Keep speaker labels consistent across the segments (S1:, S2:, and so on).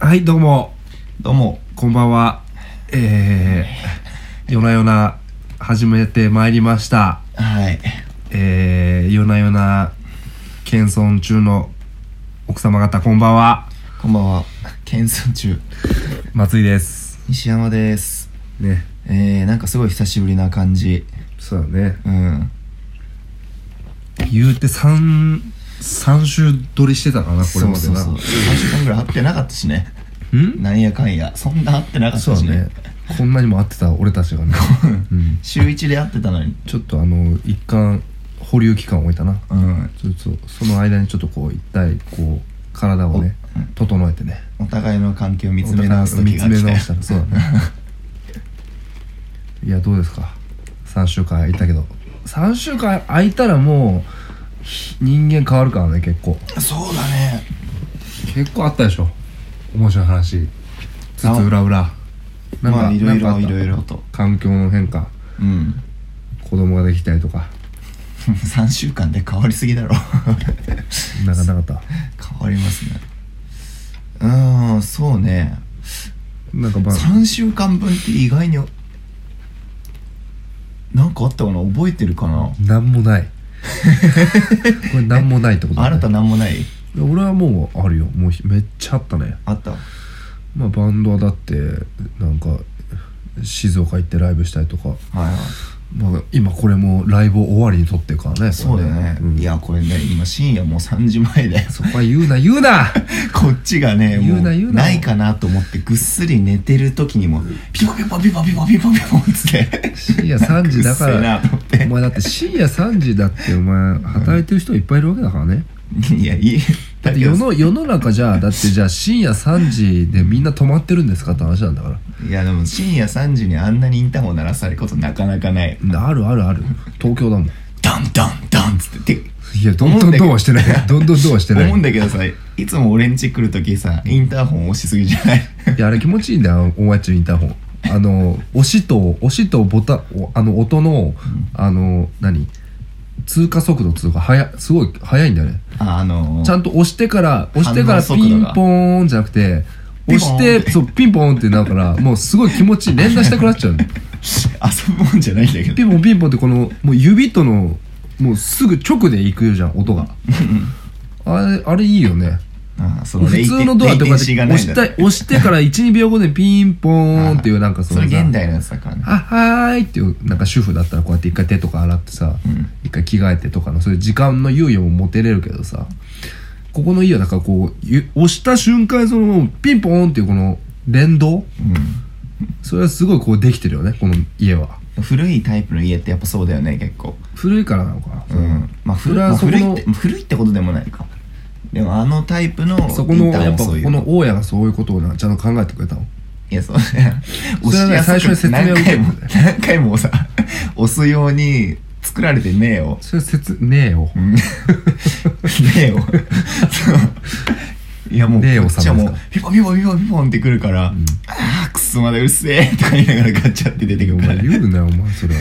S1: はいどうも
S2: どうも、
S1: こんばんはえー、夜な夜な始めてまいりました
S2: はい、
S1: えー、夜な夜な謙遜中の奥様方こんばんは
S2: こんばんは、検査中、
S1: 松井です
S2: 西山です。
S1: ね
S2: えー、なんかすごい久しぶりな感じ。
S1: そうだね
S2: うん。
S1: 言うて3三週撮りしてたかなこれまで
S2: そう
S1: な
S2: そうそう。3週間ぐらい会ってなかったしね。
S1: ん
S2: なんやかんや、そんな会ってなかっ
S1: そう
S2: た
S1: だ
S2: しね。
S1: ねこんなにも会ってた俺たちがね、 うん、
S2: 週一で会ってたのに。
S1: ちょっとあの一貫保留期間を置いたな
S2: うん。
S1: そうそうその間にちょっとこう一体こう体をね
S2: おうん
S1: 整えてね
S2: お互いの関係を見つめ直す時が
S1: 見
S2: 来
S1: つ
S2: た
S1: め
S2: よ
S1: 直したらそうだね いやどうですか3週間空いたけど3週間空いたらもうひ人間変わるからね結構
S2: そうだね。
S1: 結構あったでしょ面白い話つつ裏裏なんか
S2: まあ、いろい
S1: なん
S2: ろ
S1: かあ
S2: い
S1: った
S2: ろいろと。
S1: 環境の変化
S2: うん。
S1: 子供ができたりとか
S2: 3週間で変わりすぎだろ。
S1: なんかなかった
S2: 変わりますね。うーん、そうね。
S1: なんかまあ
S2: 3週間分って意外になんかあったかな覚えてるかな
S1: なんも ないこれなんもないってことだ、ね、
S2: 新たなんもない
S1: 俺はもうあるよもうひめっちゃあったね
S2: あった
S1: まあバンドはだってなんか静岡行ってライブしたりとか、
S2: はいはい
S1: まあ、今これもライブを終わりに撮ってるからね
S2: そうだよね、
S1: これん
S2: いやこれね今深夜もう3時前で
S1: そこは言うな言うな
S2: こっちがね
S1: 言うな言
S2: も
S1: う
S2: う
S1: な
S2: ないかなと思ってぐっすり寝てる時にもピコピコピコピコピコピコっつって
S1: 深夜3時だか
S2: うっせえ
S1: ら
S2: なと思って
S1: お前だって深夜3時だってお前働いてる人いっぱいいるわけだからね、
S2: いやいい
S1: だって世の世の中じゃあだってじゃあ深夜3時でみんな泊まってるんですかって話なんだから
S2: いやでも深夜3時にあんなにインターホン鳴らされることなかなかない
S1: あるあるある東 京だもん
S2: ダンダンダンっつってて
S1: いやどんどんどんはしてないどんどんどんはしてない
S2: 思うんだけどさいつも俺ん家来るときさインターホン押しすぎじゃ ない
S1: いやあれ気持ちいいんだよお前っちのインターホンあの押しと押しとボタンおあの音のあの何通過速度通過はやすごい速いんだよね
S2: ああのー、
S1: ちゃんと押してから押してから
S2: 反応速度
S1: ピン
S2: が
S1: ポーンじゃなくて
S2: ピ
S1: 押
S2: ンポーン
S1: してそうピンポーンってなるからもうすごい気持ちいい連打したくなっちゃうの
S2: 遊ぶもんじゃないんだけど
S1: ピンポンピンポンってこのもう指とのもうすぐ直で行くじゃん音があれあれいいよね
S2: ああそのレ
S1: 普
S2: イテ
S1: 通のドアとかで
S2: レイテンシーがな
S1: 押
S2: いん
S1: し
S2: だ
S1: たい押してから12秒後でピンポーンっていうなんかそ
S2: そ
S1: の
S2: れ
S1: さ
S2: 現代のやつだからね
S1: あはーいっていうなんか主婦だったらこうやって一回手とか洗ってさ、
S2: うん
S1: 一回着替えてとかのそういう時間の猶予も持てれるけどさここの家はだからこうゆ押した瞬間にそのピンポーンっていうこの連動
S2: うん
S1: それはすごいこうできてるよねこの家は
S2: 古いタイプの家ってやっぱそうだよね結構
S1: 古いからなのかな、
S2: うんまあ
S1: そ
S2: 古,、
S1: れは
S2: まあ、
S1: そこ
S2: 古
S1: の
S2: いって古いってことでもないかでもあのタイプのインタ
S1: そこ
S2: ー
S1: のや
S2: ホ
S1: っ
S2: ン
S1: ぱ
S2: そう
S1: こ
S2: いう
S1: の大家がそういうことをなちゃんと考えてくれたの
S2: いやそうね
S1: それは
S2: 押
S1: ね
S2: しやすく
S1: 最初に説明を受け
S2: 何回
S1: る
S2: も何回もさ押すように作られてねえよ
S1: それ説ねえよ
S2: うん ねえよ。いやもう、
S1: ねえよ
S2: こっちはも
S1: 様
S2: う
S1: です、
S2: ピポピポピポピポンってくるから、ああ、くそまだうるせえとか言いながらガチャって出てく
S1: お
S2: るから
S1: 前
S2: ね。
S1: 言うなよお前それは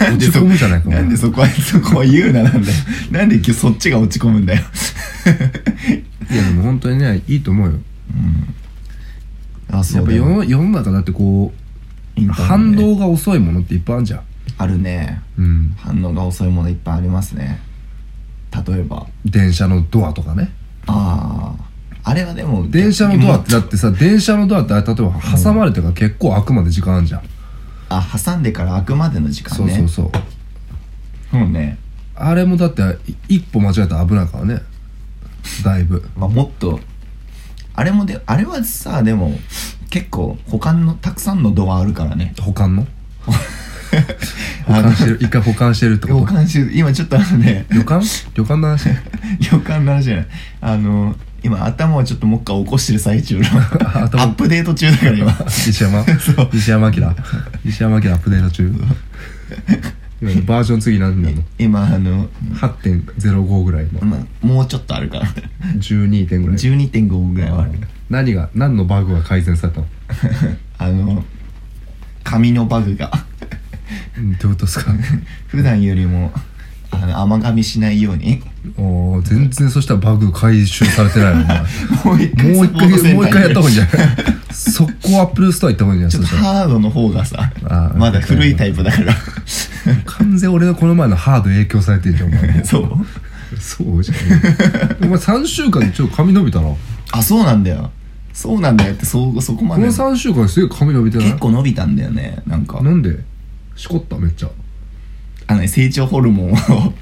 S2: なんでそ
S1: 落ち込むじゃないかお前
S2: なんでそこは、そこは言うななんだよ。なんで今日そっちが落ち込むんだよ。
S1: いやでも本当にねいいと思うよ
S2: あ、
S1: やっぱ世の世の中だってこ
S2: イン
S1: う
S2: ターホン
S1: 反
S2: ね
S1: 動が遅いものっていっぱいあるじゃん
S2: あるね。
S1: うん
S2: 反応が遅いものいっぱいありますね。例えば。
S1: 電車のドアとかね
S2: ああ。あれはでも、
S1: 電車のドアってだ
S2: もう
S1: ってさ電車のドアってあれ例えば挟まれてから結構開くまで時間あるじゃん、
S2: あ、挟んでから開くまでの時間
S1: そう
S2: ね。
S1: そうそう
S2: そうね。
S1: あれもだってい一歩間違えたら危ないからねだいぶ
S2: まあ、もっとあれもであれはさでも結構他のたくさんのドアあるからね
S1: 保管 の保管してる一回保管してるってこ
S2: 旅
S1: と
S2: 館し今ちょっとあのね
S1: 旅館旅館の 話
S2: 旅館の話じゃないあの今頭をちょっともう一回起こしてる最中の
S1: 頭
S2: アップデート中だから今
S1: 西山
S2: そう
S1: 西山明西山明アップデート 中今ねバージョン次何なの
S2: 今あの、
S1: 8.05ぐらいの
S2: まあ、もうちょっとあるから
S1: 12点ぐらい
S2: 12.5ぐらいはある
S1: 何が何のバグが改善されたの
S2: あの髪のバグが
S1: うんどういうことですか
S2: 普段よりもあの甘噛みしないように
S1: おー全然そしたらバグ回収されてないのお前
S2: も う一回
S1: もう
S2: サ
S1: 一
S2: ポートセンター
S1: 回
S2: に
S1: もう一回やった方がいいんじゃない そこアップルストア行った方がいいんじ
S2: ち
S1: ゃ
S2: ょ
S1: な
S2: っ
S1: い
S2: と
S1: そしたら
S2: ハードの方がさ
S1: あー
S2: まだ古いタイプだから
S1: 完全俺のこの前のハード影響されてるじゃんお前
S2: そう
S1: そうじゃん お前3週間でちょっと髪伸びたな
S2: あそうなんだよそうなんだよってそそこま
S1: この
S2: で
S1: 3週間ですげえ髪伸びてない
S2: 結構伸びたんだよねなんか
S1: なんでしこっためっちゃ
S2: あのね成長ホルモンを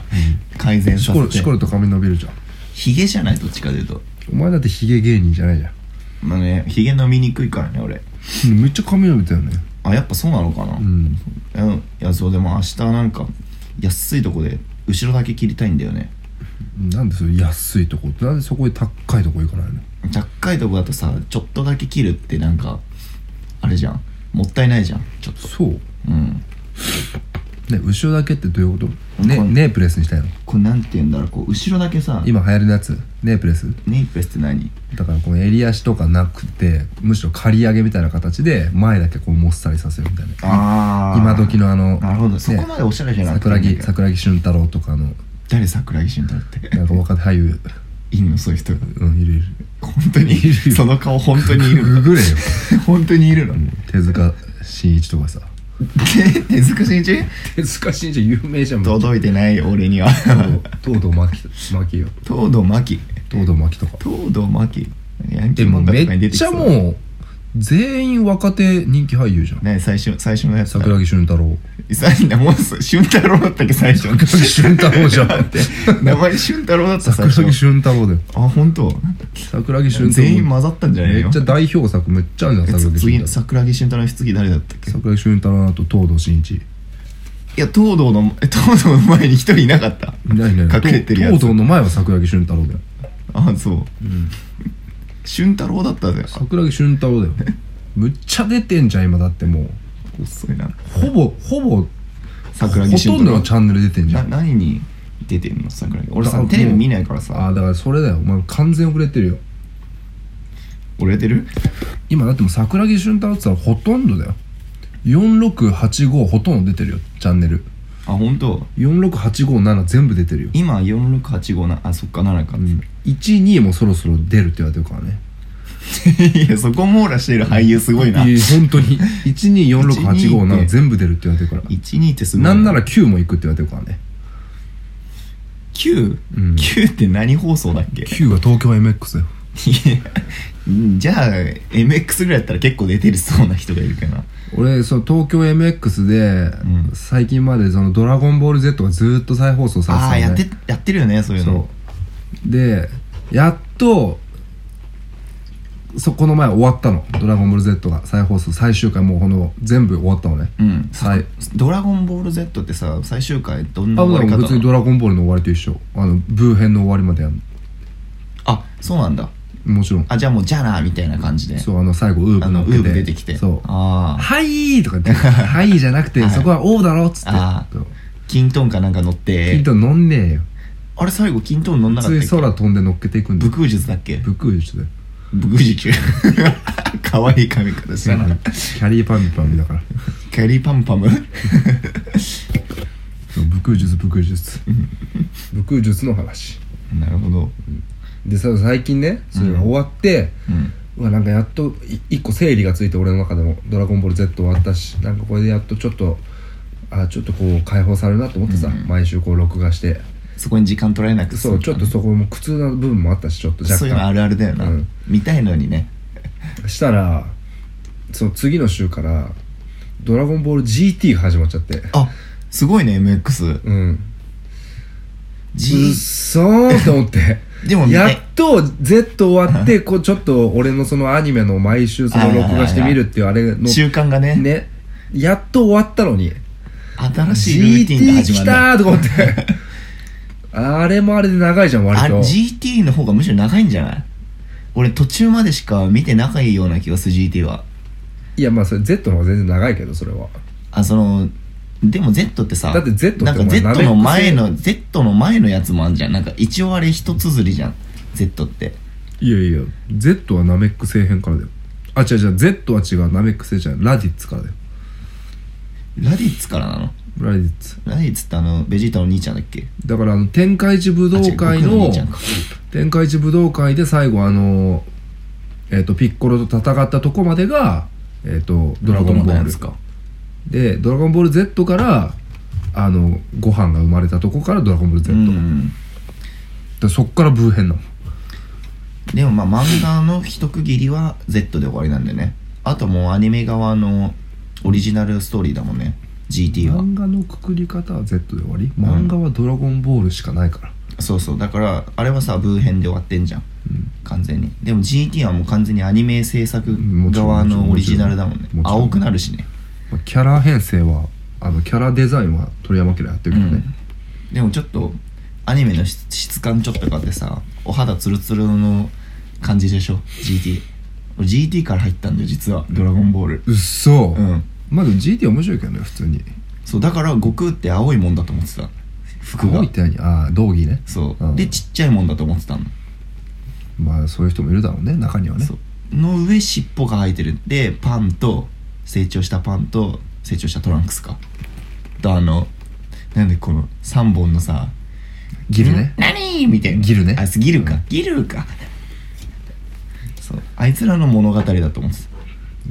S2: 改善
S1: し
S2: さ
S1: こ
S2: せ
S1: るしてこると髪伸びるじゃん
S2: ヒゲじゃないどっちかというと
S1: お前だってヒゲ芸人じゃないじゃん
S2: まあねヒゲ伸びにくいからね俺
S1: うんめっちゃ髪伸びたよね
S2: あやっぱそうなのかな
S1: うん
S2: うんいやそうでも明日なんか安いとこで後ろだけ切りたいんだよね
S1: なんでそれ安いとこなんでそこで高いとこ行かないの
S2: 高いとこだとさちょっとだけ切るってなんかあれじゃんもったいないじゃんちょっと
S1: そう
S2: うん
S1: ね後ろだけってどういうことね
S2: こん
S1: ネープレスにしたいの
S2: これなんて言うんだろうこう後ろだけさ
S1: 今流行りのやつネープレス
S2: ネイプレスって何
S1: だからこの襟足とかなくてむしろ刈り上げみたいな形で前だけこうもっさりさせるみたいな
S2: あ
S1: 今時のあの
S2: なるほどそこ
S1: ね
S2: までおしゃれじゃなくてい
S1: 桜
S2: いんだけ
S1: 木
S2: ど
S1: 桜木俊太郎とかの
S2: 誰桜木慎太郎って
S1: なんか若手俳優
S2: いいのそういう人
S1: うんいるいる
S2: 本当にい
S1: いる
S2: る
S1: よ
S2: その顔本当にいる
S1: グ
S2: の
S1: グれよ
S2: 本当にいるの
S1: 手塚真一とかさ
S2: え手塚慎一
S1: 手塚真一有名じゃん東
S2: 届いてない俺には
S1: 堂東堂真希真希よ
S2: 東堂真希
S1: 東堂真希とか
S2: 東堂真希ヤンキ
S1: で
S2: ー
S1: も
S2: 漫画
S1: め
S2: とかに出
S1: って
S2: き
S1: ち
S2: そ
S1: ゃ
S2: う
S1: もう全員若手人気俳優じゃん
S2: ね最初最初のやつだ
S1: 桜木俊太郎
S2: さらにもうそう俊太郎だったっけ最初
S1: 桜木俊太郎じゃん
S2: 名前俊太郎だった最
S1: 桜
S2: 初
S1: 木俊太郎だよ
S2: あ本当
S1: 桜木俊太郎
S2: 全員混ざったんじゃない
S1: め
S2: よ
S1: っちゃ代表作めっちゃあるじゃん桜木俊
S2: 次
S1: 太郎
S2: 桜木俊太郎の次誰だったっけ
S1: 桜木俊太郎の後東堂真一
S2: いや東堂のえ東堂の前に一人いなかった
S1: 何何
S2: 隠れてるやつ
S1: 東堂の前は桜木俊太郎だよ
S2: あそう、俊太郎だったぜあ
S1: 桜木俊 太郎だよむっちゃ出てんじゃん今だってもう
S2: 遅いな
S1: ほぼほぼ
S2: 桜木
S1: ほと
S2: 俊
S1: ん
S2: 太
S1: ど
S2: 郎
S1: のチャンネル出てんじゃ
S2: なん何に出てんの桜木俺
S1: だか
S2: さ
S1: らもう
S2: テレビ見ないから
S1: あ
S2: さ
S1: あだからそれだよお前完全遅れてるよ
S2: 俺出てる
S1: 今だってもう桜木俊太郎って言ったらほとんどだよ4685ほとんど出てるよチャンネル
S2: あ本当
S1: 46857全部出てるよ、
S2: 今4685なあそっか7か、
S1: うん、12もそろそろ出るって言われてるからね
S2: いやそこ網羅してる俳優すごいない
S1: や本当に124685全部出るって言われてるから
S2: 12ってすごい
S1: なんなら9もいくって言われてるからね
S2: 9?9、
S1: うん
S2: 9って何放送だっけ
S1: 9は東京 MX だよ
S2: いやうんじゃあ MX ぐらいだったら結構出てるそうな人がいるかな
S1: 俺その東京 MX で、
S2: うん
S1: 最近までその「ドラゴンボール Z」がずーっと再放送されて
S2: あ
S1: た
S2: あ
S1: の
S2: やって
S1: ね
S2: やってるよねそういうの
S1: そうでやっとそこの前終わったの「ドラゴンボール Z」が再放送最終回もうこの全部終わったのね
S2: うん
S1: はい
S2: ドラゴンボール Z ってさ最終回どんな
S1: あだ
S2: 終
S1: か
S2: わり
S1: ら
S2: 方な
S1: 別に「
S2: の
S1: ドラゴンボール」の終わりと一緒あのブー編の終わりまでやる
S2: あそうなんだ
S1: のもちろん
S2: あじゃあもうじゃあなみたいな感じで
S1: そうあの最後ウーブ
S2: あのウーブ出てきて
S1: そう「
S2: ああ
S1: はいー」とか言っ て「はいー」じゃなくて、
S2: はい
S1: そこは「おーだろ」っつって
S2: あーキントンかなんか乗っ
S1: ヒ
S2: て
S1: ント飲んねえよ
S2: あれ最後キントン乗んなかった
S1: 普
S2: っ
S1: 通
S2: け
S1: に空飛んで乗っけていくんだ
S2: 武空術だっけ
S1: ぶっくりしてたよ
S2: 武空術 かわいい髪型し
S1: キ
S2: たな
S1: ャリーパンパンだから
S2: キャリーパンパム
S1: そう武空術武空術武空術の話
S2: なるほど
S1: でさ最近ねそれが終わって、
S2: うん
S1: うわなんかやっとい一個整理がついて俺の中でも「ドラゴンボール Z」終わったしなんかこれでやっとちょっとあちょっとこう解放されるなと思ってさ、毎週こう録画して
S2: そこに時間取られなく
S1: そうちょっとそこも苦痛な部分もあったしちょっと
S2: そうい
S1: 若
S2: うのあ
S1: 干
S2: るあるだよな、
S1: うん
S2: 見たいのにね
S1: したらその次の週から「ドラゴンボール GT」が始まっちゃって
S2: あすごいね MX、
S1: うんうっ
S2: G、
S1: そーって思って
S2: でも見た
S1: や
S2: い
S1: っと Z 終わってこうちょっと俺のそのアニメの毎週その録画してみるっていうあれの
S2: 習慣がね
S1: ねやっと終わったのに
S2: 新しいルーティンが
S1: GT
S2: 始ま
S1: 来
S2: る
S1: た
S2: な
S1: ーとか思ってあれもあれで長いじゃん割
S2: あ
S1: と
S2: GT の方がむしろ長いんじゃない俺途中までしか見て仲いいような気がする GT はい
S1: やまあそれ Z の方が全然長いけどそれは
S2: あそのでも Z ってさ
S1: だって Z って
S2: なんか
S1: お前
S2: Z の前
S1: ナ
S2: の Z の前のやつもあんじゃんなんか一応あれ一つづりじゃん Z って
S1: いやいや Z はナメック星編からだよあ違う違う Z は違うナメック星じゃないラディッツからだよ
S2: ラディッツからなの
S1: ラディッツ
S2: ラディッツってあのベジータの兄ちゃんだっけ
S1: だからあの天海寺武道
S2: あ違
S1: 会
S2: う僕
S1: の
S2: 兄ちゃんか
S1: 天海寺武道会で最後あのえっ、とピッコロと戦ったとこまでがえっ、とドラゴンボール
S2: ですか
S1: でドラゴンボール Z からあのご飯が生まれたとこからドラゴンボ
S2: う
S1: ール Z、
S2: ん
S1: でそっからブー編なの
S2: でもまあ漫画の一区切りは Z で終わりなんでねあともうアニメ側のオリジナルストーリーだもんね GT は
S1: 漫画のくくり方は Z で終わり漫画はドラゴンボールしかないから、
S2: そうそうだからあれはさブー編で終わってんじゃん
S1: うん
S2: 完全にでも GT はもう完全にアニメ制作
S1: もちろん
S2: 側のオリジナルだもんね
S1: もちろん
S2: 青くなるしね
S1: まあキャラ編成はあのキャラデザインは鳥山家でやってるけどね、
S2: うん、でもちょっとアニメの質質感ちょっと変わってさお肌ツルツルの感じでしょ GT 俺 GT から入ったんだよ実は「ドラゴンボール」
S1: うっそ、
S2: うん
S1: まあでも GT 面白いけどね普通に
S2: そうだから悟空って青いもんだと思ってた服
S1: 青
S2: が
S1: いって何ああ道着ね
S2: そう、
S1: うん
S2: でちっちゃいもんだと思ってたの、
S1: まあそういう人もいるだろうね中にはね
S2: そうの上尻尾が生えてるでパンと成長したパンと成長したトランクスかとあのなんでこの3本のさ
S1: ギルね
S2: ん何みたいな
S1: ギルね
S2: あいつギルかギルかそうあいつらの物語だと思って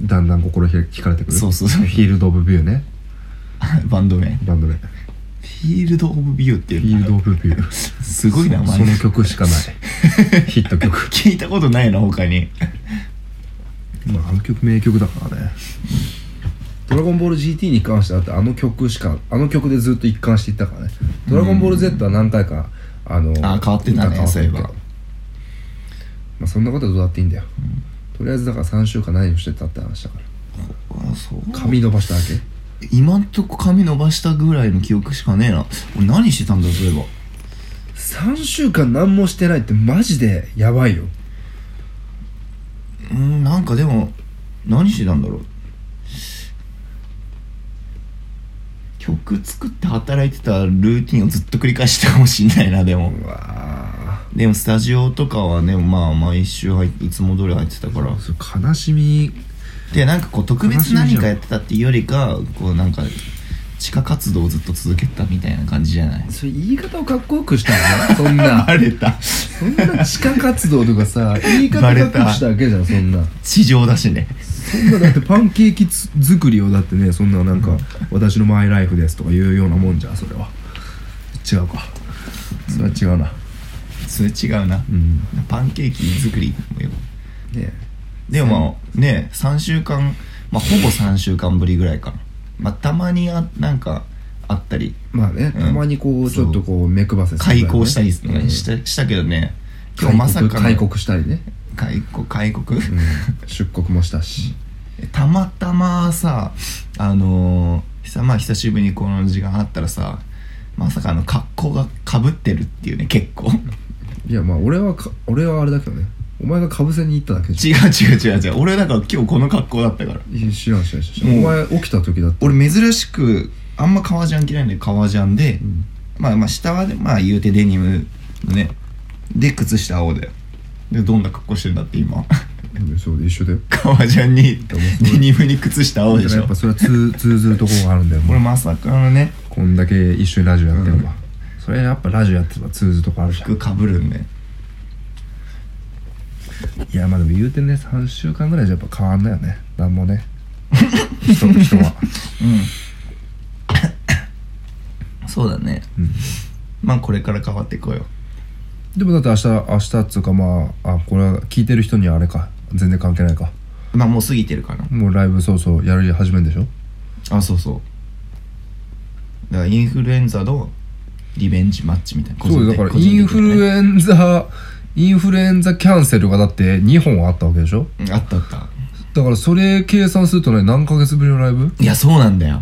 S1: だんだん心惹かれてくる
S2: そうそうそう
S1: フィールド・オブ・ビューね
S2: た バンド名
S1: バンドでフ
S2: フィールド・オブ・ビューって
S1: ィ
S2: い
S1: ー
S2: う
S1: ルド・オブ・ビュー
S2: すごい名前
S1: その曲しかないヒット曲
S2: 聞いたことないな他 に
S1: まああの曲名曲だからね「ドラゴンボール GT」に関してはだってあの曲しかあの曲でずっと一貫していったからね「ドラゴンボール Z」は何回かあの
S2: あ変わってたね
S1: 歌変わっ
S2: そういえば
S1: まあそんなことはどうだっていいんだよ、とりあえずだから3週間何をしてたって話だから
S2: あそう
S1: 髪伸ばしただけ
S2: 今んとこ髪伸ばしたぐらいの記憶しかねえな俺何してたんだそういえば
S1: 3週間何もしてないってマジでやばいよ
S2: うんなんかでも何してたんだろう曲作って働いてたルーティンをずっと繰り返してたかもしんないなでも
S1: うわ
S2: でもスタジオとかはねまあ毎週入っていつも通り入ってたから
S1: ーそう悲しみ
S2: でなんかこう特別何かやってたっていうよりかこうなんか地下活動をずっと続けてたみたいな感じじゃない
S1: それ言い方をかっこよくしたのそんな
S2: バレた
S1: そんな地下活動とかさ言い方か
S2: バ
S1: っこ
S2: レ
S1: よ
S2: た
S1: くしただけじゃんそんな
S2: 地上だしね
S1: そんなだってパンケーキつ作りをだってねそんななんか「私のマイライフです」とか言うようなもんじゃんそれは違うかそれは違うな
S2: それ違うな
S1: うん
S2: パンケーキ作りもよ
S1: ね
S2: でもまあね3週間まあほぼ3週間ぶりぐらいかなまあたまにあなんかあったり
S1: まあね
S2: うん
S1: たまにこうちょっとこう目くばせするぐらい
S2: 開
S1: のね
S2: 口したりす
S1: うん
S2: したしたけどね今日
S1: 開国
S2: まさかの
S1: 開国したりね、
S2: 開国開国
S1: うん出国もしたし
S2: たまたまさあのー、久まあ久しぶりにこの時間あったらさまさかの格好がかぶってるっていうね結構
S1: いやまあ俺はか俺はあれだけどねお前がかぶせに行っただけじ
S2: 違う違う違う違う俺だから今日この格好だったから
S1: ゃんいや知らん知らん知らん、
S2: うん
S1: お前起きた時だって
S2: 俺珍しくあんま革ジャン嫌いなんで革ジャンで、
S1: うん
S2: まあまあ下はねまあ言うてデニムのねで靴下青ででどんな格好してんだって今
S1: うんそうで一緒だよ
S2: 革ジャンに
S1: でもそれ
S2: デニムに靴下青でし
S1: や
S2: ょ
S1: っぱそれは通通ずるところがあるんだよもう
S2: 俺まさかのね
S1: こんだけ一緒にラジオやってれば、
S2: うん
S1: それやっぱラジオやってれば通ずるとこあるじゃん
S2: 服かぶるんで
S1: いやまあでも言うてね3週間ぐらいじゃやっぱ変わんないよねなんも ね人人は
S2: うん そうだね、
S1: うん
S2: まあこれから変わっていこうよ
S1: でもだって明日明日っつうかまああこれは聞いてる人にはあれか全然関係ないか
S2: まあもう過ぎてるかな
S1: もうライブそうそうやり始めるんでしょ
S2: あそうそうだからインフルエンザのリベンジマッチみたいな
S1: そうだからインフル
S2: エ
S1: エンザインフルエンザキャンセルがだって2本あったわけでしょ
S2: ンザあったあった
S1: だからそれ計算するとね何ヶ月ぶりのライブ
S2: いや、そうなんだよ。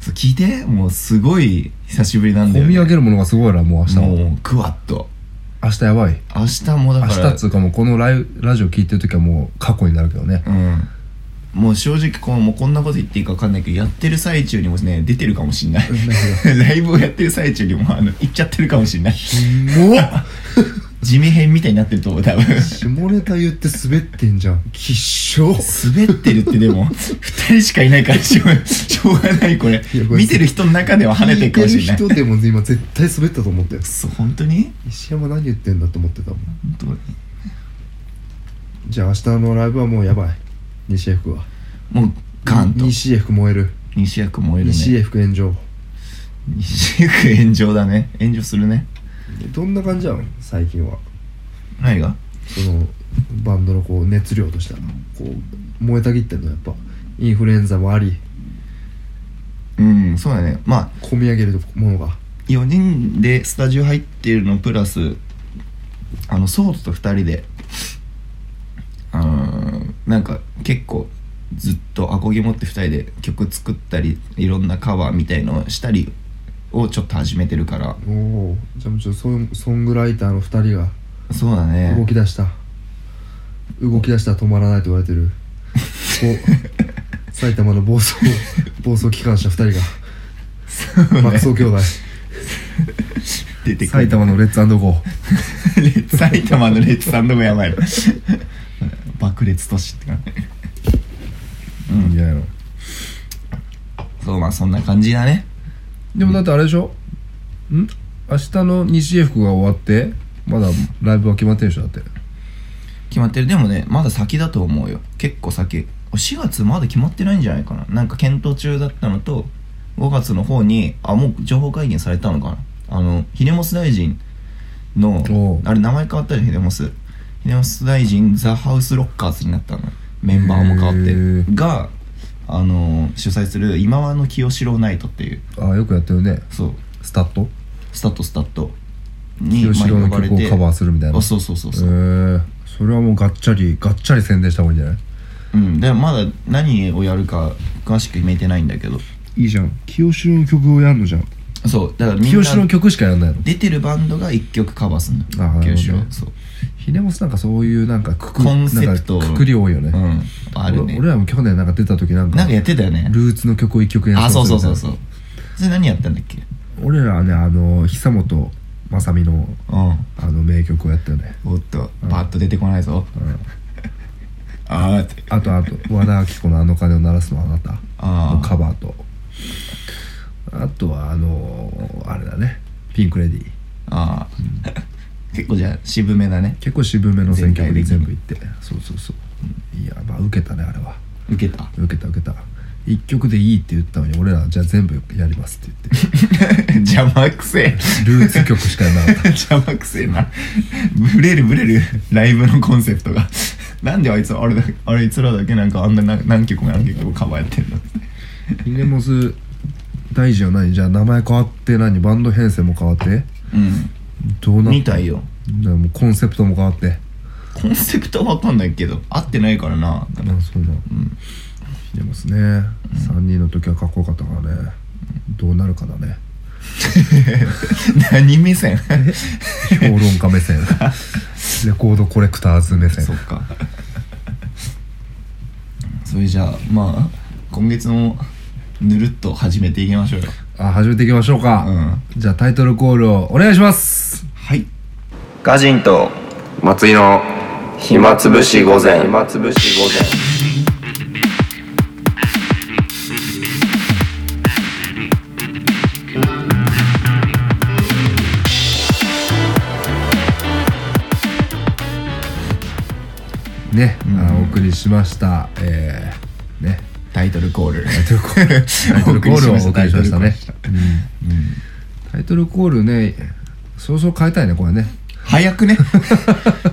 S2: そう聞いて、もうすごい久しぶりなんだ
S1: 込
S2: よ、
S1: み上げ
S2: ね。
S1: るものがすごいなもう明日も
S2: もう、くわっと。
S1: 明日やばい
S2: 明日もだ
S1: 明
S2: か
S1: 日
S2: ら、
S1: っつうかもうこのライラジオ聞いてる時はもう過去になるけどね
S2: うん。もう正直こう、もうこんなこと言っていいか分かんないけど、やってる最中にもね、出てるかもしんない。 ライブをやってる最中にも、あの、行っちゃってるかもしんない。
S1: もう
S2: 地味編みたいになってると思う多分
S1: 下ネタ言って滑ってんじゃんきっしょ
S2: 滑ってるってでも2人 しかいないからしょ うしょうがないこれ
S1: いやこれ
S2: 見てる人の中では跳ねてるかもしれな
S1: 聞
S2: い
S1: てる人でも今絶対滑ったと思ったよ
S2: そう本当に
S1: 石山何言ってんだと思ってたもん
S2: 本当に
S1: じゃあ明日のライブはもうやばい西江福は
S2: もうガンと
S1: 西江福燃える
S2: 西役燃えるね
S1: 西江福炎上
S2: 西役炎上だね炎上するね
S1: どんな感じなの最近は
S2: 何が
S1: そのバンドのこう熱量としたらこう燃えたぎってんのやっぱインフルエンザもあり
S2: うんそうだねまあ
S1: 込み上げるものが
S2: 4人でスタジオ入ってるのプラスあのソードと2人であーなんか結構ずっとアコギ持って2人で曲作ったりいろんなカバーみたいのをしたりをちょっと始めてるから
S1: おおじゃあもうちょっとソンソングライターの2人が
S2: そうだ
S1: 動
S2: ね
S1: き出した、動き出したら止まらないと言われてるこ う埼玉の暴走暴走機関車2人が爆走兄弟
S2: 出てくる
S1: 埼玉のレッツゴー
S2: レッツ埼玉のレッツさんでもやばい な爆裂都市って感じ
S1: いいんじゃないの
S2: そうまあそんな感じだね
S1: でもだってあれでしょん明日の西江福が終わってまだライブは決まってるでしょだって
S2: 決まってるでもねまだ先だと思うよ結構先4月まだ決まってないんじゃないかななんか検討中だったのと5月の方にあもう情報解禁されたのかなあの秀ス大臣の
S1: おう
S2: あれ名前変わったじゃん秀ス秀ス大臣ザ・ハウスロッカーズになったのメンバーも変わ
S1: へ
S2: って
S1: ー
S2: があの主催する今和の清志郎ナイトっていう
S1: ああよくやってるね
S2: そう
S1: スタッド
S2: スタッドスタッドに
S1: 清志郎の
S2: まあ呼ばれ
S1: 曲を
S2: て
S1: カバーするみたいな
S2: あそうそうそうそう、
S1: へえそれはもうがっちゃりがっちゃり宣伝した方がいいんじゃない
S2: うん、でもまだ何をやるか詳しく決めてないんだけど
S1: いいじゃん清志郎の曲をやるのじゃん
S2: そうだからみん
S1: 清志郎
S2: な
S1: の曲しかやらないの
S2: 出てるバンドが1曲カバーする
S1: あーなるほ
S2: の
S1: ど
S2: 清志郎そう、
S1: ひねもすなんかそういうなんかくく
S2: コンセプト
S1: なんかくくり多いよね、
S2: うんやっぱある
S1: 俺
S2: ね
S1: 俺らも去年なんか出た時なんか
S2: なんかやってたよね
S1: ルーツの曲を一曲演奏
S2: あそうそうそう
S1: す
S2: そ
S1: る
S2: うそれ何やったんだっけ
S1: みたいな俺らはねあの久本雅美の
S2: う
S1: あの名曲をやったよね
S2: んおっとパッと出てこないぞ、
S1: ん
S2: あーって
S1: あとあと和田アキ子の「あの鐘を鳴らすのはあなた」
S2: あ
S1: の
S2: ー
S1: カバーとあとはあのーあれだねピンク・レディー
S2: あー 結構じゃあ渋めだね
S1: 結構渋めの選曲で
S2: 全
S1: 全
S2: 体
S1: 部いってそうそうそういやまあ受けたねあれは
S2: 受 けた
S1: 受けた受けた一曲でいいって言ったのに俺らじゃあ全部やりますって言っ
S2: 邪魔くせえ
S1: てルーツ曲しかやらなかっ
S2: 邪魔くせえなブレるブレるライブのコンセプトがなんであいつあれだあれいつらだけなんかあんな何何曲も何曲もカバーやってんだって
S1: たヒネモス大臣は何じゃあ名前変わって何バンド編成も変わって
S2: う
S1: どうなっ
S2: みたいよ
S1: だからもうコンセプトも変わって
S2: コンセプトは分かんないけど合ってないからな
S1: あそうなん
S2: うん
S1: ヒネモスね、3人の時はかっこよかったからねどうなるかだね
S2: 何目 線
S1: 評論家目 線レコードコレクターズ目線
S2: そっか それじゃあまあ今月もぬるっと始めていきましょうよ
S1: あ始めていきましょうか、
S2: う
S1: じゃあタイトルコールをお願いします
S2: はいガジンと
S3: 松井の暇つぶし午前暇つぶし午前
S1: ね、あお送りしましたえー、ね
S2: タイトルコール
S1: タイトルコー ルタイトルコールをお送りしましたねタイトルコールねそうそう変えたいねこれね
S2: 早 くね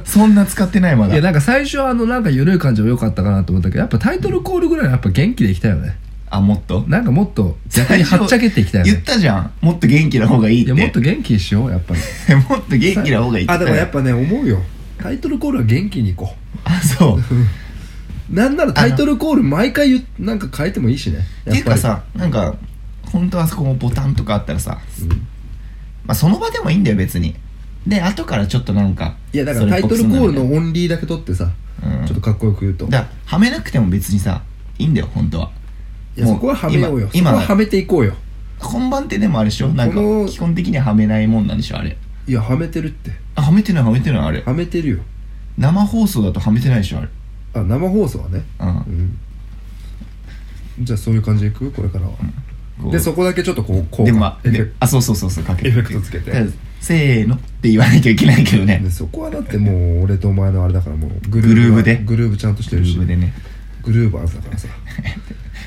S2: そんな使ってないま
S1: い
S2: だ
S1: やなんか最初はあのなんか緩い感じも良かったかなと思ったけどやっぱタイトルコールぐらいはやっぱ元気でいきたいよね
S2: あもっと
S1: なんかもっと逆にはっちゃけていきたいよ
S2: 言っ
S1: ね
S2: たじゃんもっと元気な方がいいっ
S1: い
S2: て
S1: やもっと元気にしようやっぱり
S2: もっと元気な方がいいって
S1: ぱね思うよタイトルコールは元気にいこ
S2: あ そう
S1: うなんならタイトルコール毎回言うなんか変えてもいいしね
S2: っていうかさなんか本当はそこもボタンとかあったらさ、
S1: ん
S2: まあその場でもいいんだよ別にで後からちょっとなんか
S1: いやだからタイトルコールのオンリーだけ取ってさ、
S2: うん
S1: ちょっとかっこよく言うと
S2: だからはめなくても別にさいいんだよ本当はい
S1: や
S2: もう
S1: そこははめようよ
S2: 今
S1: そこははめていこうよ
S2: 本番ってでもあれでしょなんか
S1: この
S2: 基本的にははめないもんなんでしょあれ
S1: いやはめてるって
S2: あはめてないはめてないあれ
S1: はめてるよ
S2: 生放送だとはめてないでしょあれ
S1: あ生放送はね
S2: うん
S1: うんじゃあそういう感じでいくこれからは、
S2: こう
S1: でそこだけちょっとこうこう
S2: でもまあ
S1: エフェ
S2: で
S1: ク
S2: あそうそうそうそうかけ
S1: エフェクトつけて
S2: だからせーのって言わなきゃいけないけど
S1: ト
S2: ね
S1: でそこはだってもう俺とお前のあれだからもうグ
S2: グルー
S1: は
S2: ヴで
S1: グルーヴちゃんとして
S2: ル
S1: るし
S2: ームでね
S1: グルーバーズだから さ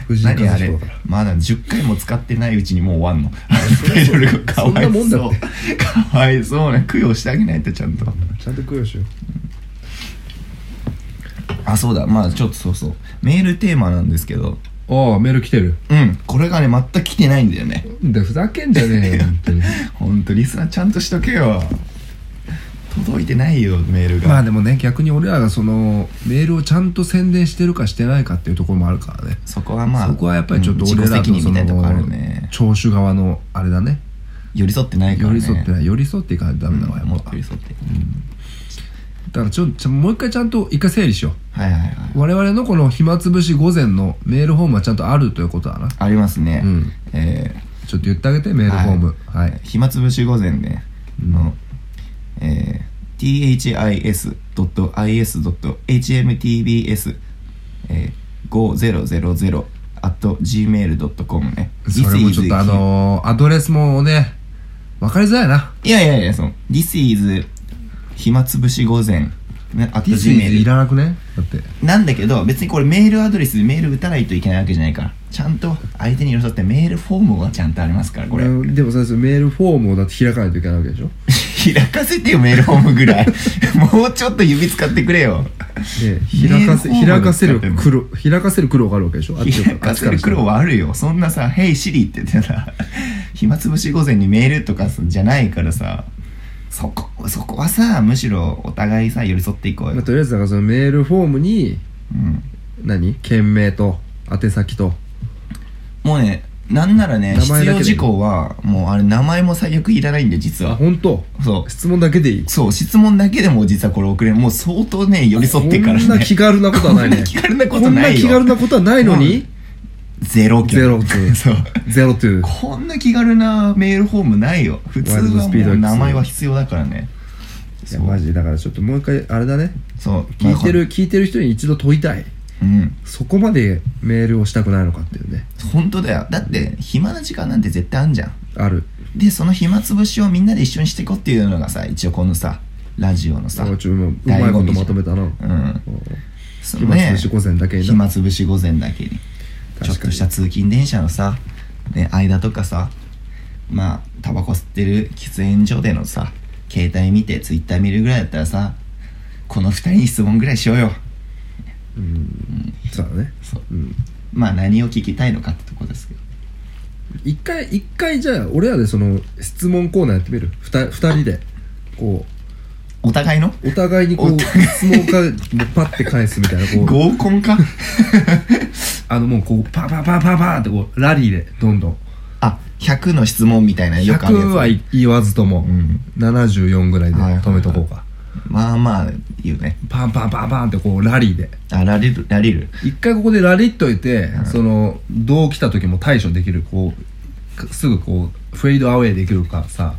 S1: 藤井
S2: 何あ
S1: 風
S2: れ
S1: 彦だから
S2: まだ10回も使ってないうちにもう終わんの タイトルがか
S1: そん
S2: わ
S1: ないもんだ
S2: そ
S1: っ
S2: うかわいそうな供養してあげないとちゃんと
S1: ちゃんと供養しよ
S2: あそうだまあちょっとそうそうメールテーマなんですけど
S1: うああメール来てる
S2: うんこれがね全く来てないんだよね
S1: でふざけんじゃね えよ本当に
S2: ほんとリスナーちゃんとしとけよ届いてないよメールが、
S1: まあでもね逆に俺らがそのメールをちゃんと宣伝してるかしてないかっていうところもあるからね
S2: そこはまあ
S1: そこはやっぱりちょっと
S2: うん
S1: 俺
S2: 自己
S1: らの
S2: 責任
S1: そ
S2: みたいなとこあ
S1: の
S2: るね
S1: 聴取側のあれだね
S2: 寄り添ってないから
S1: 寄
S2: ね
S1: り添ってない寄り添っていかないとダメだわ
S2: う
S1: や
S2: んも
S1: っ
S2: っと
S1: ぱ
S2: 寄り
S1: だ
S2: 添って、
S1: からちょちょもう一回ちゃんと一回整理しよう
S2: はいはいはい
S1: 我々のこの暇つぶし午前のメールフォームはちゃんとあるということだな
S2: ありますね、
S1: うん
S2: え
S1: ちょっと言ってあげてメールフォームはい、
S2: ー暇つぶし午前ね、のえー、this.is.hmtbs、えー、5000 at gmail.com ね
S1: それもちょ
S2: This
S1: っ
S2: is
S1: とあのーアドレスもね分かりづらいない
S2: やいやいやその This is 暇つぶし午前ね、あ
S1: 「
S2: と
S1: This is」い
S2: Gmail
S1: らなくねだって
S2: なんだけど別にこれメールアドレスでメール打たないといけないわけじゃないからちゃんと相手に寄り添ってメールフォームはちゃんとありますからこれ
S1: うんでもさそれメールフォームをだって開かないといけないわけ でしょ
S2: 開かせてよメールフォームぐ らいもうちょっと指使ってくれよ
S1: で開かせ
S2: メールフォーム
S1: 開かせ
S2: 使
S1: る
S2: ってんの
S1: 苦労開かせる苦労があるわけでしょあっち
S2: 開かせる苦労
S1: は
S2: はあるよそんなさ「Hey Siri」って言ってさ暇つぶし午前にメールとかじゃないからさそこそこはさむしろお互いさ寄り添っていこう
S1: まあ
S2: よ、
S1: とりあえずだからそのメールフォームに
S2: うん、
S1: 何件名と宛先と
S2: もうねなんならね
S1: 名前だ
S2: 必
S1: けで
S2: 要事項はもうあれ名前も最悪いらないんで実
S1: あ
S2: は
S1: 本当
S2: そう
S1: 質問だけでいい
S2: そう質問だけでも実はこれ送れるもう相当ね寄り添ってからね
S1: こんな気軽なことはないね
S2: こんな気軽なことないよ
S1: こんな気軽なことはないのに、
S2: ゼロ件
S1: ゼロ 件
S2: そう
S1: ゼロという
S2: こんな気軽なメールフォームないよ普通は
S1: ワイルド
S2: も
S1: スピード
S2: う
S1: X
S2: 名前は必要だからね
S1: いやマジだからちょっともう一回あれだね
S2: そう
S1: 聞いてる、
S2: ま
S1: 聞いてる人に一度問いたい
S2: あうん
S1: そこまでメールをしたくないのかっていうね
S2: 本当だよだって暇な時間なんて絶対あんじゃん
S1: ある
S2: でその暇つぶしをみんなで一緒にしていこうっていうのがさ一応このさラジオのさ
S1: あちょうまう
S2: 醍
S1: まい
S2: 醐
S1: こと
S2: 味じゃん
S1: まとめたな
S2: うんその
S1: 暇
S2: ね
S1: つぶし午前だけにな
S2: 暇つぶし午前だけにち
S1: 確か
S2: ょ
S1: に
S2: っとした通勤電車のさ、ね、間とかさまあタバコ吸ってる喫煙所でのさ携帯見てツイッター見るぐらいだったらさこの2人に質問ぐらいしようよ
S1: うんそうだね
S2: そう
S1: うん
S2: まあ何を聞きたいのかってとこですけど
S1: 一回一回じゃあ俺らでその質問コーナーやってみるふた二人でこ
S2: お互いの
S1: うお互いにこ
S2: お
S1: う
S2: 互い
S1: 質問かパッて返すみたいなこう
S2: 合コン か
S1: あのもうこうパーパーパーパーパーってこうラリーでどんどん
S2: あ100の質問みたいなよくあるやつ
S1: 100は言わずとも、
S2: ん
S1: 74ぐらいで
S2: はいはいはい
S1: 止めとこうか、
S2: まあまあ言うね
S1: パンパンパンパンってこうラリーで
S2: あられるられる
S1: 一回ここでラリっといて、そのどう来た時も対処できるこうかすぐこうフェードアウェイできるかさ、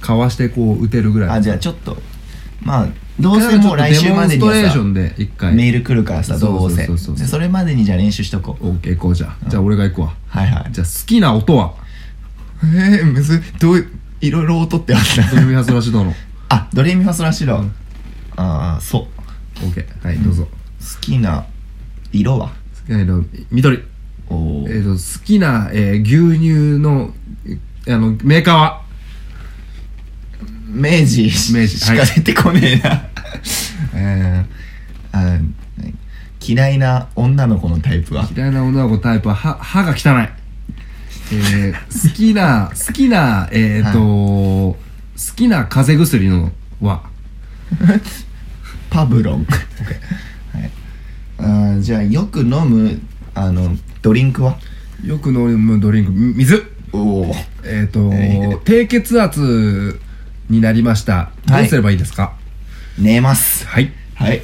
S1: かわしてこう打てるぐらい
S2: あじゃあちょっとまあどうせもう来週までに
S1: デモンスト
S2: は
S1: レーシ
S2: さ
S1: ョンで一回
S2: メール来るからさどうせ
S1: そうそうそうそう
S2: でそれまでにじゃあ練習しとこう
S1: OK 行こうじゃあ、じゃあ俺が行くわ
S2: はいはい
S1: じゃあ好きな音は
S2: えー、むずどういろいろ音ってあっ
S1: ドレミファソラシドの
S2: たあドレミファソラシド、ああそう
S1: OK はいどうぞ、
S2: 好きな色は
S1: 好きな色緑
S2: おお
S1: えー、と好きな、えー牛乳のえあのメーカーは
S2: 明治
S1: 明治
S2: しか出てこね えな、えー、あ嫌いな女の子のタイプは
S1: 嫌いな女の子タイプは歯歯が汚い、えー、好き な好きなえっ、と、好きな風邪薬のは
S2: パブ ロン、はい、あーじゃあよく飲むあのドリンクは
S1: よく飲むドリンクみ水
S2: おお
S1: えっ、と、
S2: えー
S1: 低血圧になりましたど
S2: はいう
S1: すればいいですか
S2: 寝ます
S1: はい
S2: はい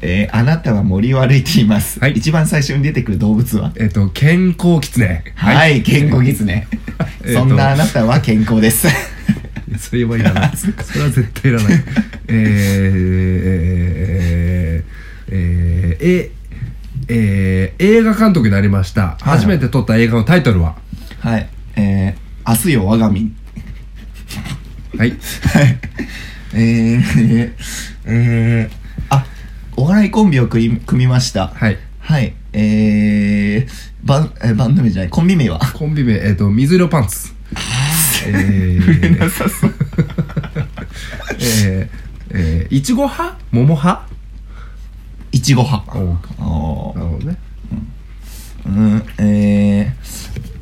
S2: えー、あなたは森を歩いています、
S1: はい
S2: 一番最初に出てくる動物は
S1: えっ、と健康キツネ
S2: はい、健康ギツネ
S1: えー。と
S2: そんなあなたは健康です。
S1: それはいらない それは絶対いらないえーえーえーえーえー映画監督になりました、
S2: はい
S1: 初めて撮った映画のタイトルは
S2: はいえー、明日よ我が身
S1: は
S2: は
S1: い
S2: いえー、えー、あお笑いコンビを組み組みました
S1: はい
S2: はいえー、バンえーバンド名じゃないコンビ 名は
S1: コンビ名えっ、と水色パンツえー、
S2: なさそう
S1: えー、えー、いちご派桃派
S2: いちご派
S1: おう
S2: おー
S1: なるほどね
S2: うんえ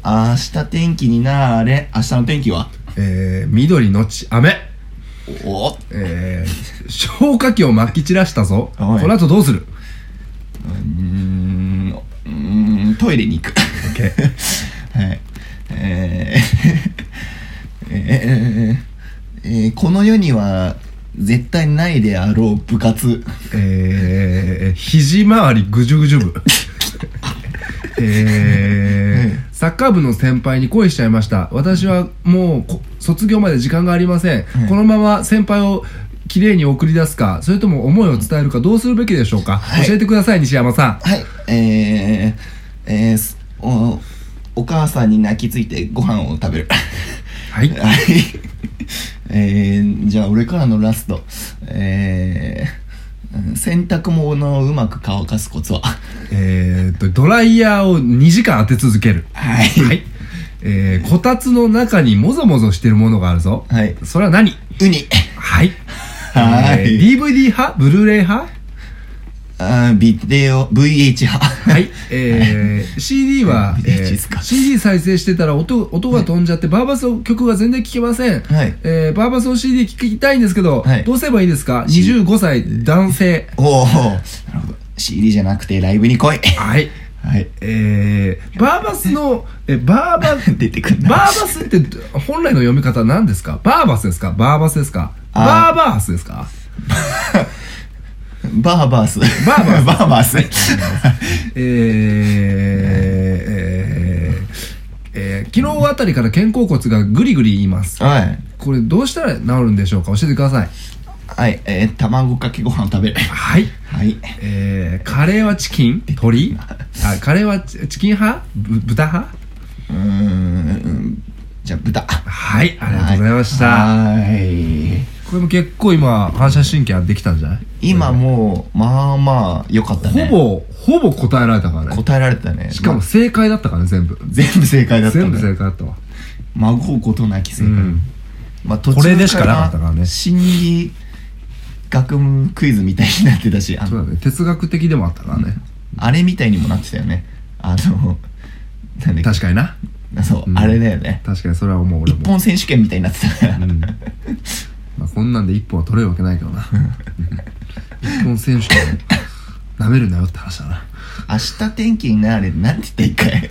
S2: ー、明日天気になーれ明日の天気は
S1: えー、緑のち雨
S2: おお
S1: えー、消火器をまき散らしたぞこ
S2: おい
S1: の後どうする
S2: うーんうーんトイレに行く
S1: OK
S2: はいえーえーえーこの世には絶対ないであろう部活
S1: えー、肘周りぐじゅぐじゅ部えー、サッカー部の先輩に恋しちゃいました私はもうこ卒業まで時間がありません、
S2: ん
S1: このまま先輩をきれいに送り出すかそれとも思いを伝えるかどうするべきでしょうか、
S2: はい
S1: 教えてください西山さん
S2: はいえー、えーすおお母さんに泣きついてご飯を食 べる
S1: はい
S2: はいえー、じゃあ俺からのラストえーうん洗濯物をうまく乾かすコツは
S1: えー、とドライヤーを2時間当て続ける
S2: はい
S1: はいえー、こたつの中にもぞもぞしてるものがあるぞ
S2: はい
S1: それは何
S2: ウニ
S1: はい
S2: はい
S1: えー DVD 派ブルーレイ派
S2: あービデオ VH 派
S1: はい、えー、CD は、
S2: えー
S1: え
S2: VHS
S1: ー
S2: か
S1: CD 再生してたら音音が飛んじゃって、バーバスの曲が全然聴けません、
S2: はい
S1: えー、バーバスの CD 聴きたいんですけど、
S2: はい
S1: どうすればいいですか25歳男性
S2: おおなるほど CD じゃなくてライブに来い
S1: はい
S2: はい
S1: えー、バーバスのえバーバ
S2: 出てくんな
S1: バーバスって本来の読み方は何ですかバーバスですかバーバスですか
S2: あ
S1: バーバースですか
S2: バーバースバ
S1: ー
S2: バーバース
S1: えーえーえー昨日あたりから肩甲骨がぐりぐり言います
S2: はい
S1: これどうしたら治るんでしょうか教えてください
S2: はいえー、卵かけご飯食べる
S1: はい
S2: はい
S1: えー、カレーはチキン鶏あカレーはチチキン派ぶ豚派
S2: うーんじゃあ豚あ
S1: はいありがとうございました、
S2: はい
S1: これも結構今反射神経はできたんじゃない
S2: 今もうまあまあ良かったね
S1: ほぼほぼ答えられたからね
S2: 答えられてたね
S1: しか
S2: ま
S1: も
S2: あ
S1: 正解だったからね全部
S2: 全部正解だったね
S1: 全部正解だったわ
S2: 孫うことなき正
S1: う
S2: 解、
S1: ん
S2: まあ、途
S1: これ
S2: 中
S1: でしか
S2: か
S1: なかったからね
S2: ら心理学務クイズみたいになってたしあ
S1: そう
S2: の
S1: だね哲学的でもあったからね
S2: あれみたいにもなってたよねあのなんだっ
S1: 確かにな
S2: けそう、
S1: うん
S2: あれだよね
S1: 確かにそれは思う俺
S2: 一
S1: も
S2: 本選手権みたいになってたから、
S1: うんまあ、こんなんで一本は取れるわけないけどな一本選手権を舐めるなよって話だな
S2: 明日天気になれなんて言った一回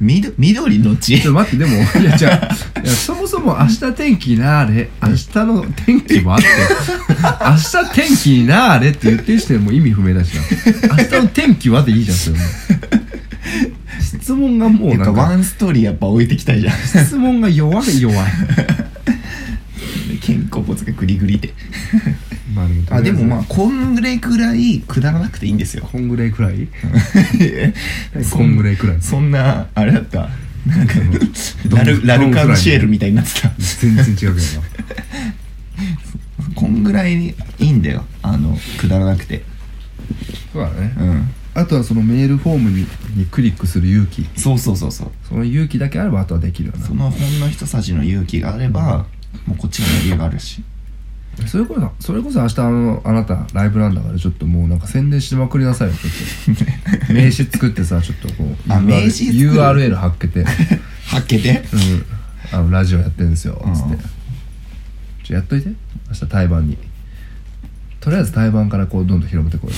S2: みど緑のち
S1: ちょっと待ってでもいやじゃあそもそも明日天気になーれ明日の天気はって明日天気になーれって言ってる時点でもう意味不明だしな明日の天気はでいいじゃんそれもう質問がもう
S2: やっ
S1: な
S2: ぱ
S1: ん
S2: ワ
S1: か
S2: ンストーリーやっぱ置いてきたじゃん
S1: 質問が弱い弱い
S2: 肩甲骨がグリグリで
S1: まあでも
S2: あでもまあ
S1: あ
S2: こんぐらいくらいくだらなくていいんですよ
S1: こんぐらいくらい
S2: そ
S1: こんぐらいくらい
S2: そんなあれだったなんか
S1: どん
S2: ラルラルカンシエルみたいになってた
S1: 全然違うけどな
S2: こんぐらいにいいんだよあのくだらなくて
S1: そうだね
S2: うん
S1: あとはそのメールフォームににクリックする勇気
S2: そうそうそうそう
S1: その勇気だけあればあとはできるよな
S2: そのほんの一さじの勇気があればもうこっちに余裕があるし
S1: それこそそれこそ明日あのあなたライブなんだからちょっともうなんか宣伝しまくりなさいよちょ っと名刺作ってさちょっとこう
S2: あ
S1: URL
S2: 名刺作る
S1: URL 貼っけて、うん、
S2: はっけて
S1: あのラジオやってるんですよつって、
S2: うん
S1: ちょやっといて明日対バンにとりあえず対バンからこうどんどん広めてこい、うん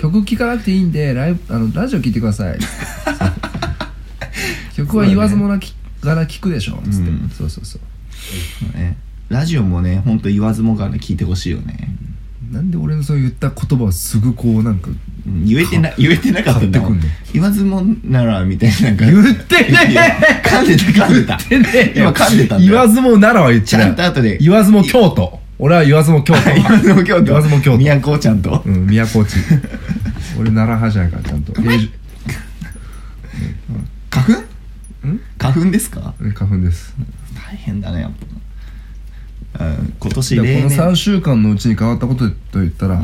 S1: 曲聴かなくていいんでライブあのラジオ聴いてく ださい曲は言わずもなきがら聴くでしょつって、
S2: うん
S1: そうそうそう
S2: ねラジオもねほんと言わずもがな聞いてほしいよね
S1: なんで俺のそう言った言葉をすぐこうなんか
S2: うん言えてな言えてなかったんだも
S1: 買
S2: ん
S1: ってくん
S2: 言
S1: の
S2: わずもならみたいな
S1: 言
S2: 感じ
S1: ってね
S2: いや噛んでた噛んでた
S1: 言ってね
S2: 今噛んでたんだよ
S1: 言わずもならは言っち
S2: ち
S1: ゃ
S2: ゃ
S1: うん
S2: と後で
S1: 言わずも京都俺は言わずも 京都
S2: 言わずも京都
S1: 言わずも京都
S2: 宮古ちゃんと
S1: うん宮古地俺奈良派じゃないからちゃんとえいじ
S2: 花粉
S1: ん
S2: 花粉ですか
S1: うん花粉です
S2: 大変だねやっぱうん今年
S1: でも
S2: 例
S1: この3
S2: 年
S1: 週間のうちに変わったことと言ったら、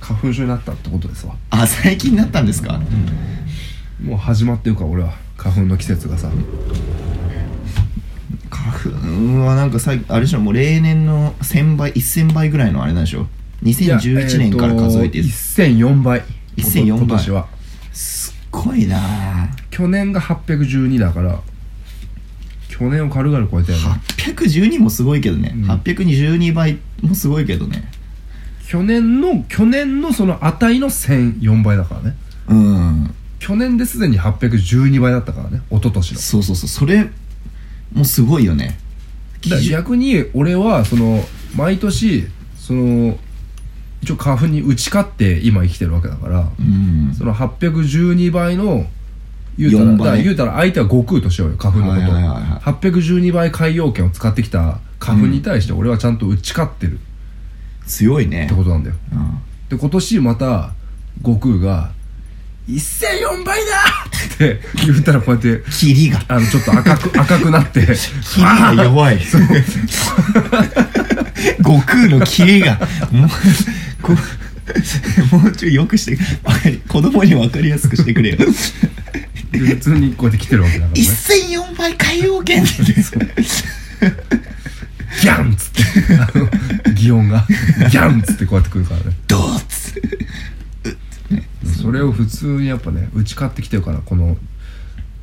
S1: 花粉症になったってことですわ
S2: あ最近になったんですか
S1: もう始まってるから俺は花粉の季節がさ
S2: 花粉はなんかさあれでしょもう例年の1000倍1000倍ぐらいのあれなんでしょ2011年から数えて
S1: い
S2: る
S1: やーと1004倍
S2: 1004倍
S1: 今年は
S2: すっごいなあ
S1: 去年が812だから去年を軽々超えたよね
S2: 812もすごいけどね、
S1: うん
S2: 822倍もすごいけどね
S1: 去年の去年のその値の1004倍だからね
S2: うん
S1: 去年ですでに812倍だったからね一昨年の
S2: そうそうそうそれもすごいよね
S1: だから
S2: 基準
S1: 逆に俺はその毎年その一応花粉に打ち勝って今生きてるわけだから
S2: うん
S1: その812倍の言うたら
S2: 4倍
S1: だから言うたら相手は悟空としようよ花粉のこと、
S2: はいはいはいはい
S1: 812倍海洋圏を使ってきた花粉に対して俺はちゃんと打ち勝ってる
S2: 強いね
S1: ってことなんだよ、
S2: うん
S1: で今年また悟空が「1004倍だ!」って言ったらこうやって
S2: キリが
S1: あのちょっと赤く赤くなって
S2: キリが弱い 悟空のキリがもうこもうちょいよくしてわかり子供に分かりやすくしてくれよ
S1: で普通にこうやって来てるわけだからね
S2: 1004倍海洋圏
S1: ギャンっつってあの擬音がギャンっつってこうやってくるからね
S2: ドーツ
S1: それを普通にやっぱね打ち勝ってきてるからこの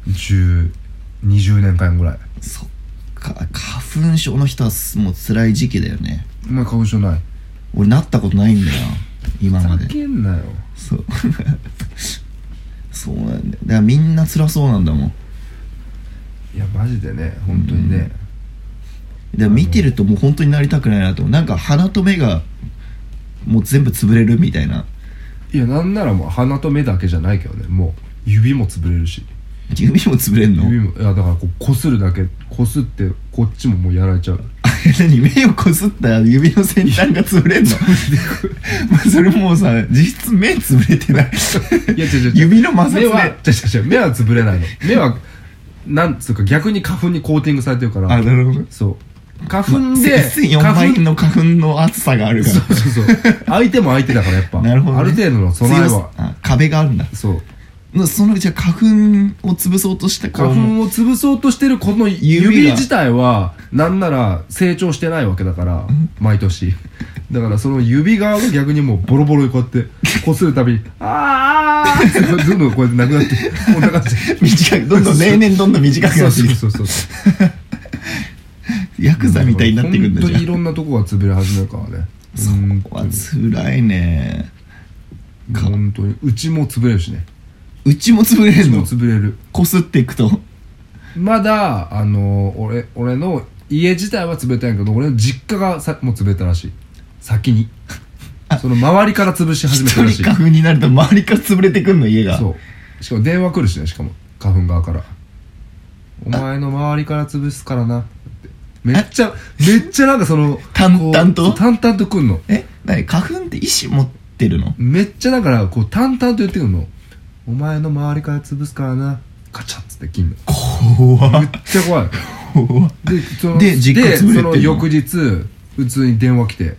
S1: 1020年間ぐらい
S2: そっか花粉症の人はもう辛い時期だよね
S1: お前花粉症ない
S2: 俺なったことないんだよ今まで
S1: けんなよ
S2: そう そうなんだよだからみんな辛そうなんだもん
S1: いやマジでね本当にね、
S2: でも見てるともう本当になりたくないなと思うなんか鼻と目がもう全部潰れるみたいない
S1: やなんならもう鼻と目だけじゃないけどねもう指も潰れるし
S2: 指も潰れんの
S1: 指もいやだからこうこするだけこすってこっちももうやられちゃう
S2: あれ 何目をこすったら指の先端が潰 れんのまあそれもうさ実質目潰れて ない
S1: いや違う違う違う
S2: 指の摩擦
S1: 目
S2: で
S1: は違う違う違う目は潰れないの目はなんつうか逆に花粉にコーティングされてるから
S2: あなるほど
S1: そう花粉で、
S2: 4
S1: 花
S2: 倍
S1: 粉
S2: の花粉の厚さがあるか
S1: そうそうそう相手も相手だからやっぱ
S2: らなるほど、ね、
S1: ある程度の備え
S2: 強
S1: は
S2: さあ壁があるんだ
S1: そう
S2: なそのうちは花粉を潰そうとした
S1: 花
S2: こ
S1: 粉を潰そうとしてるこの指
S2: 指が
S1: 自体はなんなら成長してないわけだから毎年だからその指側が逆にもうボロボロにこ うやってこするたびに「ああ!」って どんどんこうやってな くなってこんな感じ
S2: う短くどんどん例年どんどん短く
S1: そ
S2: な
S1: う
S2: ってい
S1: そう
S2: く
S1: そうそう
S2: ヤクザみたいになってくんだじ
S1: 本当
S2: ゃ
S1: にい
S2: ん
S1: ろんなとこが潰れ始めるからね
S2: そ
S1: うん
S2: こは辛いねか
S1: 本当にうちも潰れるしね
S2: うちも潰れ
S1: うち
S2: る
S1: も
S2: の
S1: 潰れる
S2: こすっていくと
S1: まだあの俺俺の家自体は潰れてないけど俺の実家がさもう潰れたらしい先にその周りから潰し
S2: 一
S1: 始めたらし
S2: 人
S1: い
S2: 花粉になると周りから潰れてくんの家が
S1: そうしかも電話来るしねしかも花粉側からお前の周りから潰すからなってめっちゃめっちゃなんかその
S2: 淡々と
S1: こう淡々と来んの
S2: え何花粉って意思持ってるの
S1: めっちゃだからこう淡々と言ってくるのお前の周りから潰すからなカチャッつって切んのめっ
S2: 怖っ
S1: ちゃ怖い
S2: 怖っ
S1: でその
S2: で実家
S1: で
S2: 潰れてんの
S1: その翌日普通に電話来て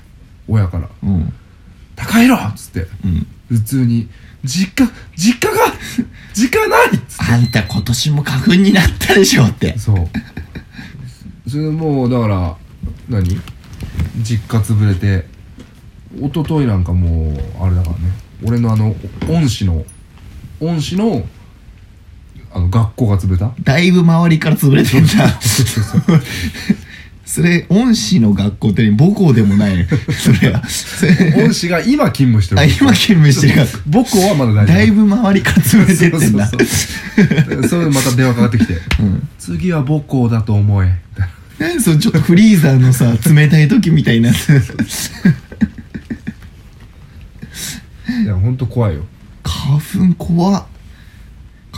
S1: 親から
S2: うん
S1: 「高いろ!」っつって
S2: うん
S1: 普通に「実家実家が 実家ない!」っつっ
S2: あんた今年も花粉になったでしょって
S1: てそう それもうだから何実家潰れて一昨日なんかもうあれだからね俺のあの恩師の恩師のあの学校が潰 れた
S2: だいぶ周りから潰れてんだ それ恩師の学校って母校でもないねそれはそれ
S1: 恩師が今勤務してる
S2: あ今勤務してる学校
S1: 母校はまだ大丈夫
S2: だいぶ周りから潰れてってんだ
S1: そう そうそうそれでまた電話かかってきて
S2: うん
S1: 「次は母校だと思え」みたいな
S2: 何そのちょっとフリーザーの さ冷たい時みたいなやつ
S1: いやほんと怖いよ
S2: 花粉怖っ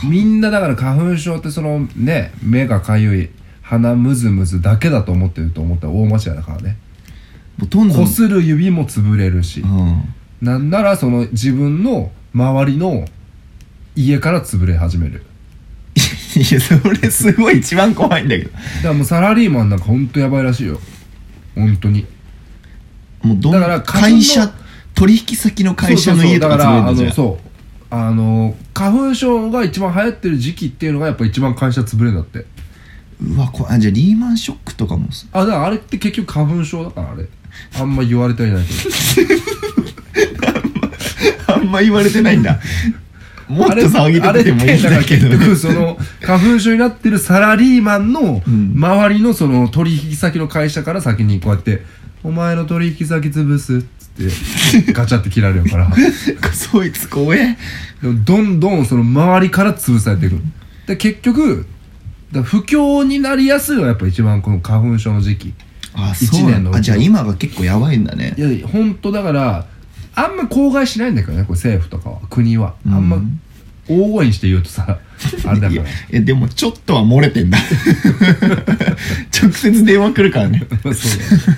S1: みんなだから花粉症ってそのね目がかゆい鼻ムズムズだけだと思ってると思ったら大間違いだからね
S2: ほとんど
S1: こする指も潰れるし
S2: う、ん
S1: なんならその自分の周りの家から潰れ始める
S2: いやそれすごい一番怖いんだけど
S1: だからもうサラリーマンなんかほんとやばいらしいよ本当に
S2: もうどん
S1: だから
S2: 会
S1: 花
S2: 社
S1: 粉
S2: 取引先の会社の家とか
S1: そうそうそうだから
S2: 潰
S1: あ
S2: れる
S1: の
S2: んじゃん
S1: そうあの花粉症が一番流行ってる時期っていうのがやっぱ一番会社潰れるんだって
S2: うわこあじゃあリーマンショックとかもさ
S1: あだからあれって結局花粉症だからあれあんま言われてはいないけど
S2: あんま言われてないんだ もっと騒ぎ
S1: あれ
S2: 立ててもいいん
S1: あれ
S2: だ
S1: っ
S2: け
S1: てだから
S2: ど
S1: 結局その花粉症になってるサラリーマンの
S2: うん
S1: 周りのその取引先の会社から先にこうやって「お前の取引先潰す」っつ ってガチャって切られるからで
S2: そいつ怖え
S1: もどんどんその周りから潰されていくで結局だから不況になりやすいのはやっぱ一番この花粉症の時期
S2: あ
S1: 一
S2: そうな
S1: 年
S2: んだ
S1: のうちの
S2: あじゃあ今が結構やばいんだね
S1: いや本当だからあんま口外しないんだけどねこれ政府とかは国はあんま
S2: うん
S1: 大声にして言う とさあれだ
S2: い
S1: か
S2: や
S1: ら
S2: えでもちょっとは漏れてんだ 直接電話来るからね
S1: そう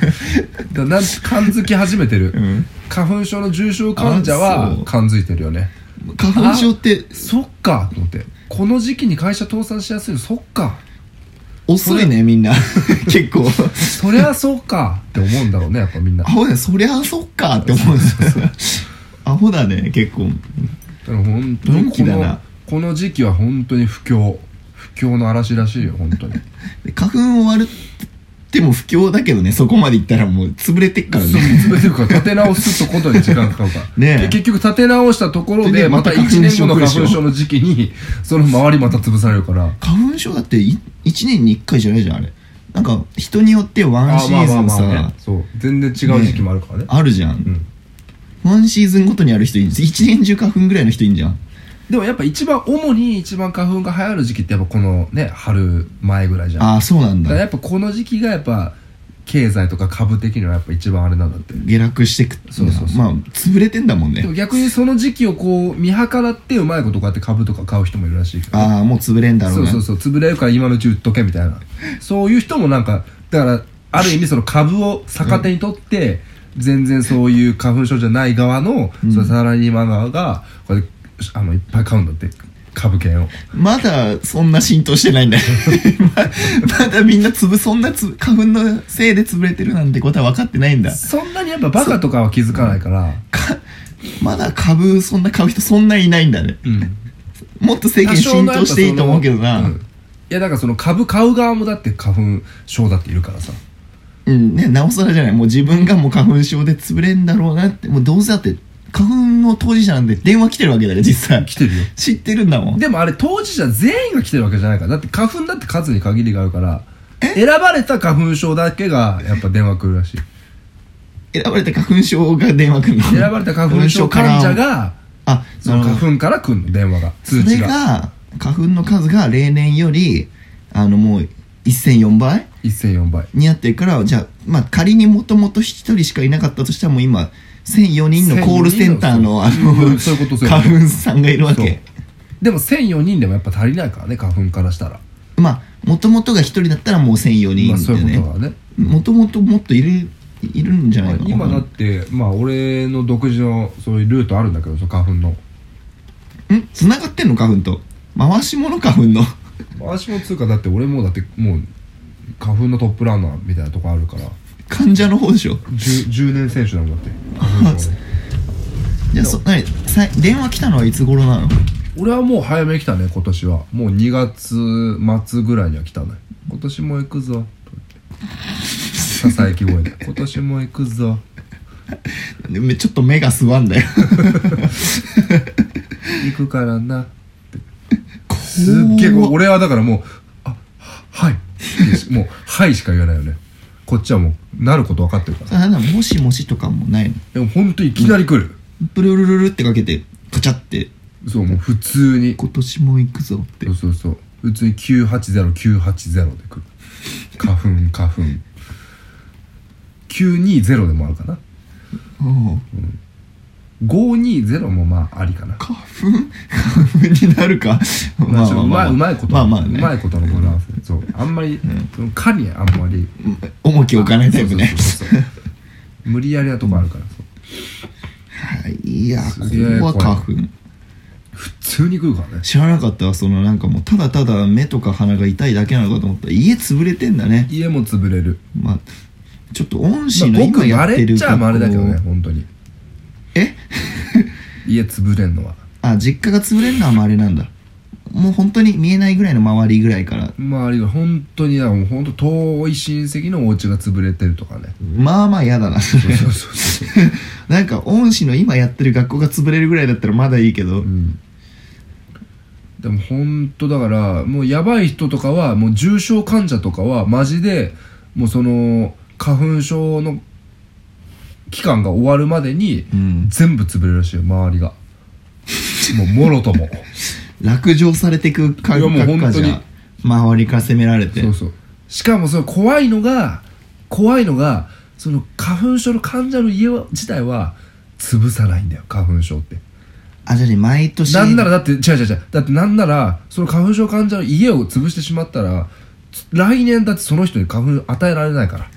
S1: だだなん感づき始めてる、
S2: うん
S1: 花粉症の重症患者
S2: あ
S1: は
S2: そう
S1: 感づいてるよね
S2: 花粉症って
S1: そっかと思ってこの時期に会社倒産しやすいのそっか
S2: 遅いねみんな 結構
S1: そりゃそうかって思うんだろうねやっぱみんな
S2: アホだねそりゃそっかって思うんですよアホだね結構
S1: だから本当に
S2: 元気
S1: こ
S2: だ
S1: の
S2: な
S1: この時期は本当に不況不況の嵐らしいよ本当に
S2: で花粉終わるっても不況だけどねそこまでいったらもう潰れてっから
S1: そう
S2: ね
S1: 全てるから立て直すことに時間かかるから
S2: ねえ
S1: で結局立て直したところ
S2: で
S1: で
S2: ね
S1: また
S2: また花粉
S1: 1年後の
S2: 症
S1: 花
S2: 来る
S1: 粉
S2: でしょ
S1: 症の時期にその周りまた潰されるから
S2: 花粉症だって1年に1回じゃないじゃんあれなんか人によってワンシーズンさ
S1: そう全然違う時期もあるからね
S2: あるじゃん、ワンシーズンごとにある人いる一年中花粉ぐらいの人いんじゃん
S1: でもやっぱ一番主に一番花粉が流行る時期ってやっぱこのね春前ぐらいじゃん
S2: ああそうなん
S1: だから
S2: だ
S1: やっぱこの時期がやっぱ経済とか株的にはやっぱ一番あれなんだって
S2: 下落してく
S1: そうそうそう
S2: まあ潰れてんだもん
S1: でも
S2: ね
S1: 逆にその時期をこう見計らってうまいことこうやって株とか買う人もいるらしいから
S2: ああもう潰れんだろ
S1: そうう
S2: な
S1: そうそう潰れるから今のうち売っとけみたいなそういう人もなんかだからある意味その株を逆手にとって、全然そういう花粉症じゃない側の,、
S2: うん
S1: そのサラリーマン側がこれあのいっぱい買うんだって株券を
S2: まだそんな浸透してないんだよ ままだみんなぶそんなつ花粉のせいで潰れてるなんてことは分かってないんだ
S1: そんなにやっぱバカとかは気づかないから
S2: かまだ株そんな買う人そんないないんだね
S1: うん
S2: もっと政
S1: 多
S2: 権
S1: 少
S2: 浸
S1: のやっ
S2: 透
S1: ぱ
S2: していいと思うけどな
S1: そのうんいやだからその株買う側もだって花粉症だっているからさ
S2: うんね、なおさらじゃないもう自分がもう花粉症で潰れんだろうなってもうどうせだって花粉の当事者なんで電話来てるわけだよ実際
S1: 来てるよ
S2: 知ってるんだもん
S1: でもあれ当事者全員が来てるわけじゃないからだって花粉だって数に限りがあるから選ばれた花粉症だけがやっぱ電話来るらしい
S2: 選ばれた花粉症が電話来るの
S1: 選ばれた花粉症患者が
S2: あ
S1: そ
S2: なる
S1: の
S2: ほど
S1: 花粉から来るの電話が通
S2: それ
S1: 知が
S2: が花粉の数が例年よりあのもう1004倍
S1: 1004倍
S2: になってるからじゃあまあ仮にもともと1人しかいなかったとしたらもう今1004人のコールセンターのあ
S1: う
S2: の
S1: んそういうことそういうこと
S2: 花粉さんがいるわ
S1: そう
S2: け
S1: でも1004人でもやっぱ足りないからね花粉からしたら、
S2: まあもともとが1人だったらもう1004人
S1: まあ、
S2: だ
S1: そう
S2: よ
S1: い
S2: ね、
S1: うことはね
S2: もともともっといるいるんじゃないかな
S1: 今だってまあ俺の独自のそういうルートあるんだけどその花粉の
S2: ん繋がってんの花粉と回し物花粉の
S1: 私もつうかだって俺もだってもう花粉のトップランナーみたいなとこあるから
S2: 患者の方でしょ
S1: 10, 10年選手なんだって
S2: あ そうじゃあそ何さ電話来たのはいつ頃なの
S1: 俺はもう早めに来たね今年はもう2月末ぐらいには来たね今年も行くぞささやき声で今年も行くぞ
S2: めちょっと目がすわんだよ
S1: 行くからなすっげえ
S2: 怖っ
S1: 俺はだからもうあはいもうはいしか言わないよねこっちはもうなること分かってるから
S2: あなたもしもしとかもないの
S1: でも本当いきなり来る、
S2: プルルルルってかけてカチャって
S1: そうもう普通に
S2: 今年も行くぞって
S1: そうそうそう普通に980980で来る花粉花粉920でもあるかな
S2: おう
S1: 520もまあありかな
S2: 花粉花粉になるか
S1: まあうまいうまいこと
S2: まあまあね
S1: うまいことの語呂合わせそうあんまり
S2: ん
S1: その「か」にあんまり
S2: 重きを置かないタイプね
S1: そうそうそうそう無理やりなとこあるからそう
S2: はいいや
S1: す
S2: こ
S1: げえ
S2: こは花粉
S1: 普通に食うからね
S2: 知らなかったわそのなんかもうただただ目とか鼻が痛いだけなのかと思ったら家潰れてんだね
S1: 家も潰れる
S2: まあちょっと恩師の
S1: まあご
S2: 今
S1: く
S2: や
S1: ま
S2: って
S1: れ
S2: る
S1: っちゃまれだけどね
S2: 学校
S1: 本当に
S2: え
S1: 家潰れんのは
S2: あ実家が潰れるのはまれなんだもう本当に見えないぐらいの周りぐらいから
S1: 周りが本当にだからもう本当遠い親戚のお家が潰れてると かね
S2: まあまあ嫌だなそれ
S1: そうそうそう、
S2: なんか恩師の今やってる学校が潰れるぐらいだったらまだいいけど、
S1: うん、でも本当だからもうやばい人とかはもう重症患者とかはマジでもうその花粉症の期間が終わるまでに
S2: うん
S1: 全部潰れるらしいよ周りがもうもろとも
S2: 落城されてく感
S1: いやもう
S2: 覚
S1: 本
S2: か
S1: 当
S2: じ
S1: に
S2: ゃ周りから責められて
S1: そうそうしかもその怖いのが怖いのがその花粉症の患者の家は自体は潰さないんだよ花粉症って
S2: あじゃあね毎年
S1: なんならだって違う違う違うだってなんならその花粉症患者の家を潰してしまったらつ来年だってその人に花粉与えられないから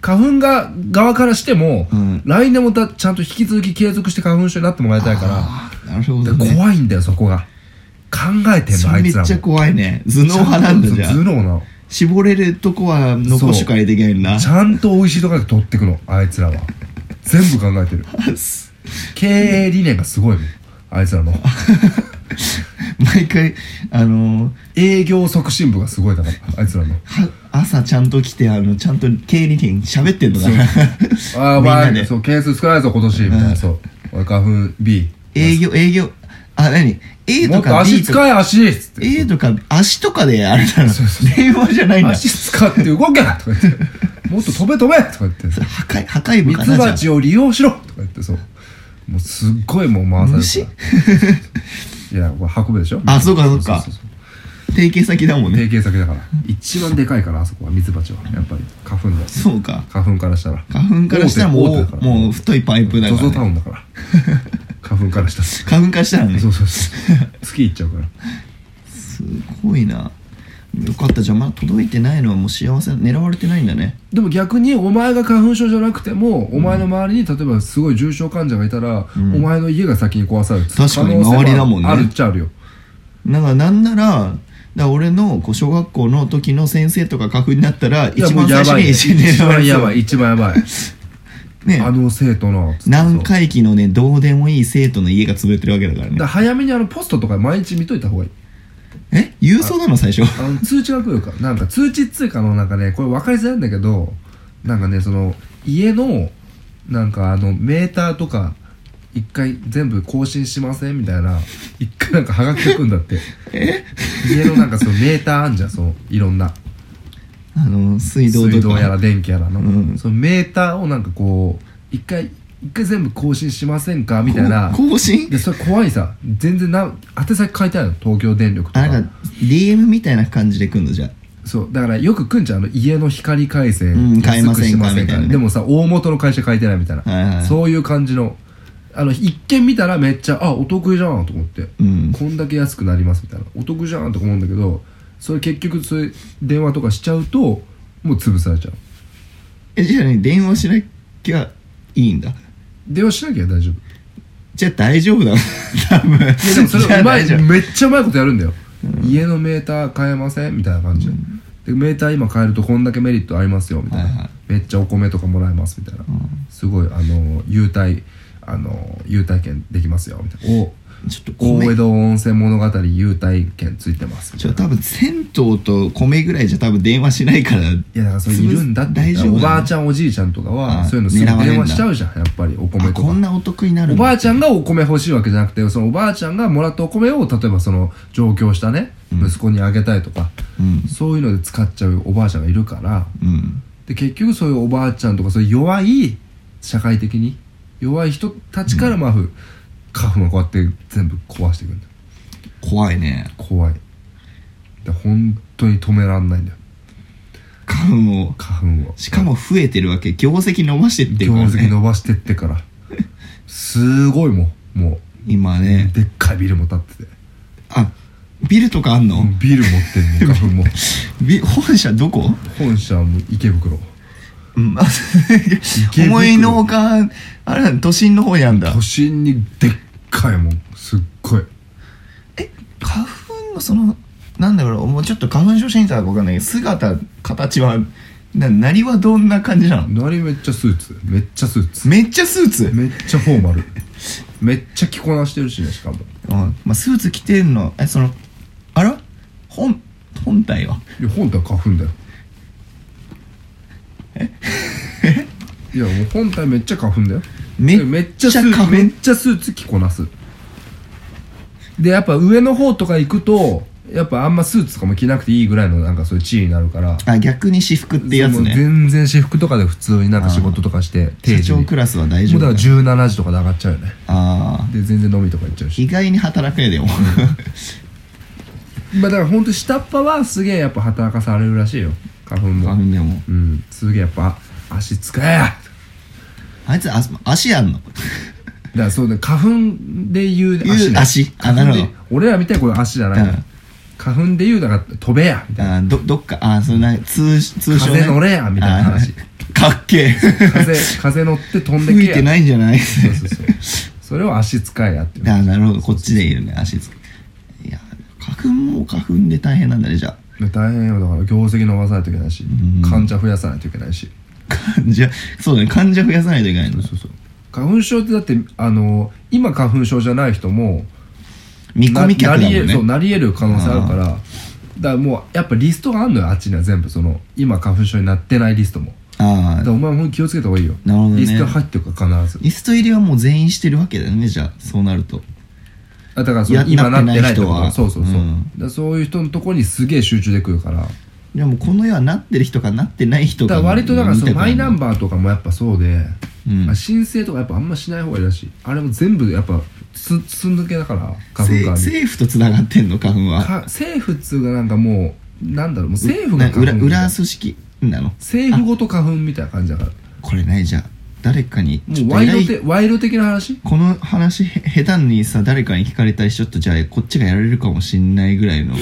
S1: 花粉が側からしても、
S2: うん
S1: 来年もだちゃんと引き続き継続して花粉症になってもらいたいから
S2: あーなるほど
S1: だから
S2: ね
S1: 怖いんだよそこが考えてん
S2: そ
S1: のあ
S2: れ
S1: い
S2: め
S1: つら
S2: っ
S1: も
S2: ちゃ怖いね頭脳派なんだ
S1: ち
S2: じ
S1: ゃ
S2: ゃ
S1: んと頭
S2: あ
S1: 脳なの
S2: 絞れるとこは残しとかないといけないんだ
S1: ちゃんと美味しいとこだけ取ってくのあいつらは全部考えてる経営理念がすごいもんあいつらの
S2: 毎回あのー
S1: 営業促進部がすごいだからあいつらの
S2: は朝ちゃんと来てあのちゃんと経理店喋ってんのかな
S1: ああ、
S2: みん
S1: ま
S2: な
S1: あ、
S2: で
S1: そう、件数少ないぞ、今年、みたいな、そう。俺、花粉 B。
S2: 営業営業あ何 A
S1: も
S2: と
S1: っと
S2: か
S1: 足
S2: B とか
S1: 使え、足っつって。
S2: A とか足とかであれだな電話じゃないんだ
S1: 足使って動けとか 言って。もっと飛べ飛べとか言って。
S2: 破壊破壊部
S1: ミ
S2: か
S1: ツ
S2: な
S1: バ
S2: じ
S1: チ
S2: ゃ
S1: を利用しろとか言って、そう。もうすっごいもう回されてた。いや、これ運ぶでしょ
S2: あそうかそうかあ提携先だもんね
S1: 提携先だから。一番でかいから、あそこは、ミツバチは。やっぱり、花粉だ。
S2: そうか
S1: 花粉からしたら。
S2: 花粉からしたら
S1: 大手
S2: も
S1: 大
S2: う
S1: 手だから
S2: もう太いパイプだか
S1: ゾゾ
S2: ら、
S1: タ
S2: ね、
S1: ウンだから。花粉からした ら。
S2: 花粉からしたらね
S1: そうそうそう。月行っちゃうから。
S2: すごいなよかったじゃあまだ届いてないのはもう幸せ狙われてないんだね
S1: でも逆にお前が花粉症じゃなくても、お前の周りに例えばすごい重症患者がいたら、
S2: うん
S1: お前の家が先に壊される
S2: 確かに周りだもんね
S1: あるっちゃあるよ
S2: なんかなんならだから俺のこう小学校の時の先生とか花粉になったら一
S1: いや
S2: 番
S1: もう
S2: 最
S1: や
S2: 初
S1: ばい
S2: に
S1: ね
S2: 一年
S1: 一番やば
S2: い
S1: い一番やばい
S2: ね
S1: あの生徒の
S2: 何回忌のねどうでもいい生徒の家が潰れてるわけだから
S1: だから
S2: ね
S1: 早めにあのポストとか毎日見といた方がいい
S2: え郵送なの最初
S1: あの通知が来るからなんか通知っつうかのなんかねこれ分かりづらいんだけどなんかねその家のなんかあのメーターとか一回全部更新しませんみたいな一回なんかハガキが来るんだって家のなんかそのメーターあんじゃんそのいろんな
S2: あの水道とか
S1: 水道やら電気やらの、
S2: うん
S1: そのメーターをなんかこう一回一回全部更新しませんかみたいな
S2: こ更新
S1: でそれ怖いさ全然な宛先書いてあるの東京電力と
S2: あな
S1: か
S2: んか DM みたいな感じで来んのじゃあ
S1: そうだからよくくんちゃんあの家の光回
S2: う
S1: 線
S2: ん買えませんか
S1: 安くして
S2: みたいなね
S1: でもさ大元の会社書いてないみたいな、
S2: はいはいはい
S1: そういう感じのあの一見見たらめっちゃあお得意じゃんと思って、
S2: うん
S1: こんだけ安くなりますみたいなお得じゃんとか思うんだけどそれ結局そういう電話とかしちゃうともう潰されちゃう
S2: えじゃあね電話しなきゃいいんだ
S1: 電話しなきゃ大丈夫
S2: じゃあ大丈夫だ 多分 いや
S1: いやでもそれうまい
S2: じゃあ大丈夫
S1: めっちゃうまいことやるんだよ、家のメーター変えませんみたいな感じで,、メーター今変えるとこんだけメリットありますよみたいな、
S2: はいはい
S1: めっちゃお米とかもらえますみたいな、すごいあの優待あの優待券できますよみたいなお
S2: ちょっと
S1: 大江
S2: 米
S1: 戸温泉物語優待券ついてますみ
S2: ち
S1: たい
S2: ょ
S1: な
S2: 多分銭湯と米ぐらいじゃ多分電話しないから
S1: いやだからそれいるんだって
S2: 大丈夫
S1: おばあちゃんおじいちゃんとかは
S2: あ
S1: そういうのすぐ
S2: 狙われんだ
S1: 電話しちゃうじゃんやっぱりお米
S2: あ
S1: と
S2: こ
S1: か
S2: んなお得になる
S1: お
S2: んだ
S1: ばあちゃんがお米欲しいわけじゃなくてそのおばあちゃんがもらったお米を例えばその上京したね、息子にあげたいとか、
S2: うん
S1: そういうので使っちゃうおばあちゃんがいるから
S2: うん
S1: で結局そういうおばあちゃんとかそういう弱い社会的に弱い人たちからまあ、ふカフがこうやって全部壊していくんだよ
S2: 怖いね
S1: 怖いで本当に止めらんないんだよ
S2: 花粉を
S1: 花粉を
S2: しかも増えてるわけ業績伸ばしてって
S1: 業
S2: るからね
S1: 績伸ばしてってからすごいもうも
S2: 今
S1: う
S2: ね
S1: でっかいビルも建ってて
S2: あビルとかあんの、
S1: ビル持って んの花粉も
S2: ビ本社どこ、
S1: 本社も池袋
S2: うん、
S1: 袋
S2: 思いのほかあれ都心の方にあんだ
S1: 都心にでっかいもんすっごい
S2: え花粉のそのなんだろうもうちょっと花粉症者にたら分かんないけど姿形はななりはどんな感じなの
S1: 何めっちゃスーツめっちゃスーツ
S2: めっちゃスーツ、
S1: めっちゃフォーマルめっちゃ着こなしてるしねしかも
S2: うんまあ、スーツ着てんのえそのあら本本体はい
S1: や本体は花粉だよ えいやもう本体めっちゃ花粉だよ
S2: め
S1: めっちゃス
S2: めっちゃ
S1: ー
S2: 花
S1: ツ
S2: 粉
S1: めっちゃスーツ着こなすでやっぱ上の方とか行くとやっぱあんまスーツとかも着なくていいぐらいのなんかそういう地位になるから
S2: あ逆に私服ってやつ
S1: もう
S2: ね
S1: 全然私服とかで普通になんか仕事とかして定
S2: 社
S1: 時
S2: 長
S1: に
S2: クラスは大
S1: も
S2: 丈
S1: うだ
S2: 夫
S1: から17時とかで上がっちゃうよね
S2: ああ
S1: で全然飲みとか行っちゃうし
S2: 意外に働くねでも
S1: まあだから本当下っ端はすげえやっぱ働かされるらしいよ花粉も
S2: 花粉でも
S1: うんすげえやっぱ足使えや
S2: あいつ足足やんの
S1: だからそうね花粉で言う
S2: 言う
S1: 足ね
S2: 足あ
S1: 花粉で
S2: なるほ
S1: 俺らみたいにこれ足じゃないの
S2: うん
S1: 花粉で言うだから飛べやみたいな
S2: あーどどっかあーそんな通通称、ね、
S1: 風乗れやみたいな話
S2: あーかっけえ
S1: 風風乗って飛んでけや
S2: 吹いてないんじゃない
S1: そうそうそうそれを足使えやっていう
S2: ああなるほどこっちで言うね足つくいや花粉も花粉で大変なんだねじゃあ
S1: 大変よだから業績伸ばさないといけないし
S2: ん
S1: 患者増やさないといけないし
S2: 患者そうだね患者増やさないといけないの
S1: そうそう花粉症ってだってあの今花粉症じゃない人も
S2: 見込み客だもん
S1: ななり得るそう
S2: ね
S1: なり得る可能性あるからだからもうやっぱリストがあんのよあっちには全部その今花粉症になってないリストも
S2: あ
S1: だから
S2: あ
S1: お前も気をつけた方がいいよ
S2: なるほどね
S1: リスト入ってるから必ず
S2: リスト入りはもう全員してるわけだよねじゃあそうなると
S1: あだからその
S2: や
S1: 今なって
S2: な
S1: な
S2: って
S1: い人
S2: ない人
S1: は
S2: は
S1: そうそうそう、
S2: うん
S1: だからそういう人のところにすげえ集中できるから
S2: いやもうこの世はなってる人かなってない人
S1: だか
S2: から
S1: 割とだからそのマイナン
S2: バ
S1: バーとかもやっぱそうで、
S2: うん
S1: あ申請とかやっぱあんましない方がいいらしいあれも全部やっぱつつん抜けだから花粉
S2: せ
S1: が
S2: 政府とつながってんの花粉は
S1: か政府っつうかなんかもうなんだろうもう政府が
S2: な裏
S1: 花粉みたい
S2: 裏
S1: な
S2: 組織なの
S1: 政府ごと花粉みたいな感じだから
S2: これねじゃあ誰かにちょ
S1: も
S2: っと
S1: うワイ
S2: 偉
S1: ド
S2: い
S1: てワイド的な話
S2: この話へ下手にさ誰かに聞かれたりちょっとじゃあこっちがやられるかもしんないぐらいの、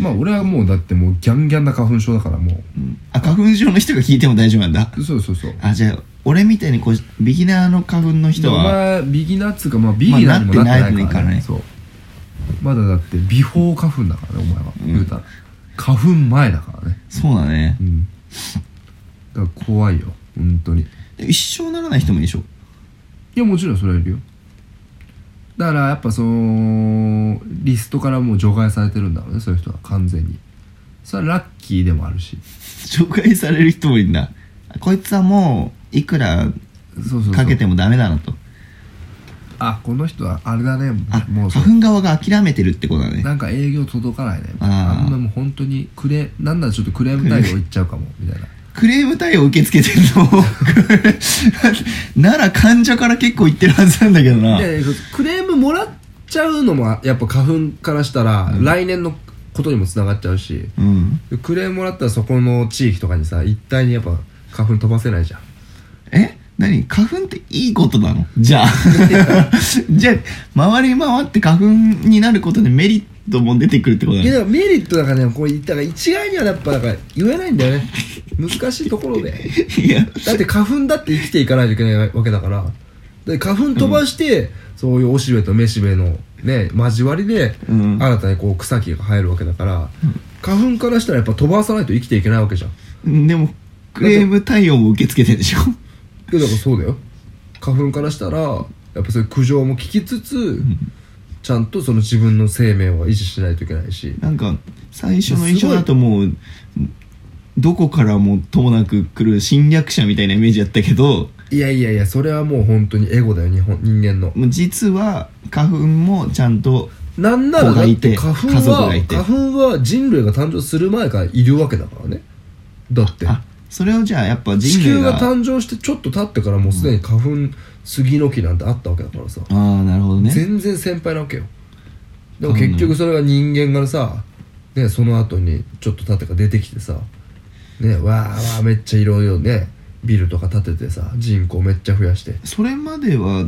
S1: まあ俺はもうだってもうギャンギャンな花粉症だからも
S2: うんあ花粉症の人が聞いても大丈夫なんだ
S1: うそうそうそう
S2: あじゃあ俺みたいにこうビギナーの花粉の人
S1: お
S2: は
S1: 前ビギナーっつうかまあビギナーにもな
S2: まあなっ
S1: ってないからね,、
S2: てないからね
S1: そうまだだってビフォー花粉だからねお前は、
S2: うん
S1: 言うたら花粉前だからね
S2: そうだね
S1: うんだから怖いよ本当にい
S2: 一生ならない人もいいでしょ
S1: やもちろんそれはいるよだからやっぱそのリストからもう除外されてるんだろうねそういう人は完全にそれはラッキーでもあるし
S2: 紹介される人もいるんだこいつはもういくら
S1: そうそうそう
S2: かけてもダメだなと
S1: あこの人はあれだね
S2: あ
S1: もうそう
S2: 花粉側が諦めてるってことだね
S1: なんか営業届かないね
S2: あ
S1: あ
S2: ー
S1: んなもう本当にクレなんならちょっとクレーム対応いっちゃうかもみたいな
S2: クレーム対応受け付けてるの なら患者から結構言ってるはずなんだけどない
S1: やいやクレームもらっちゃうのもやっぱ花粉からしたら来年のことにもつながっちゃうし
S2: うん
S1: クレームもらったらそこの地域とかにさ一体にやっぱ花粉飛ばせないじゃん
S2: え何花粉っていいことなのじゃあ じゃあ回り回って花粉になることでメリットも出てくるってことないの
S1: やだからメリットだからねこれ言ったら一概にはやっぱだから言えないんだよね難しいところで
S2: いや
S1: だって花粉だって生きていかないといけないわけだからで花粉飛ばして、そういうおしべとめしべのね交わりで、
S2: うん
S1: 新たにこう草木が生えるわけだから、花粉からしたらやっぱ飛ばさないと生きていけないわけじゃん
S2: でもクレーム対応も受け付けてるでしょ
S1: いやだからそうだよ花粉からしたらやっぱそういう苦情も聞きつつ、ちゃんとその自分の生命は維持しないといけないし
S2: なんか最初の印象だともうどこからもともなく来る侵略者みたいなイメージやったけど
S1: いやいやいやそれはもう本当にエゴだよ日本人間の
S2: もう実は花粉もちゃんと
S1: なんなら
S2: 子
S1: だ
S2: が
S1: っ
S2: い
S1: て
S2: て
S1: 花粉
S2: 家族
S1: は
S2: がいて
S1: 花粉は人類が誕生する前からいるわけだからねだって
S2: あそれをじゃあやっぱ
S1: 地
S2: 人
S1: 球
S2: 類
S1: が
S2: が
S1: 誕生してちょっと経ってからもうすでに花粉、杉の木なんてあったわけだからさ、
S2: ああなるほどね
S1: 全然先輩なわけよでも結局それが人間がさ、ね、その後にちょっと経ってから出てきてさ、ね、わーわーめっちゃいろいろねビルとか建ててさ人口めっちゃ増やして
S2: それまでは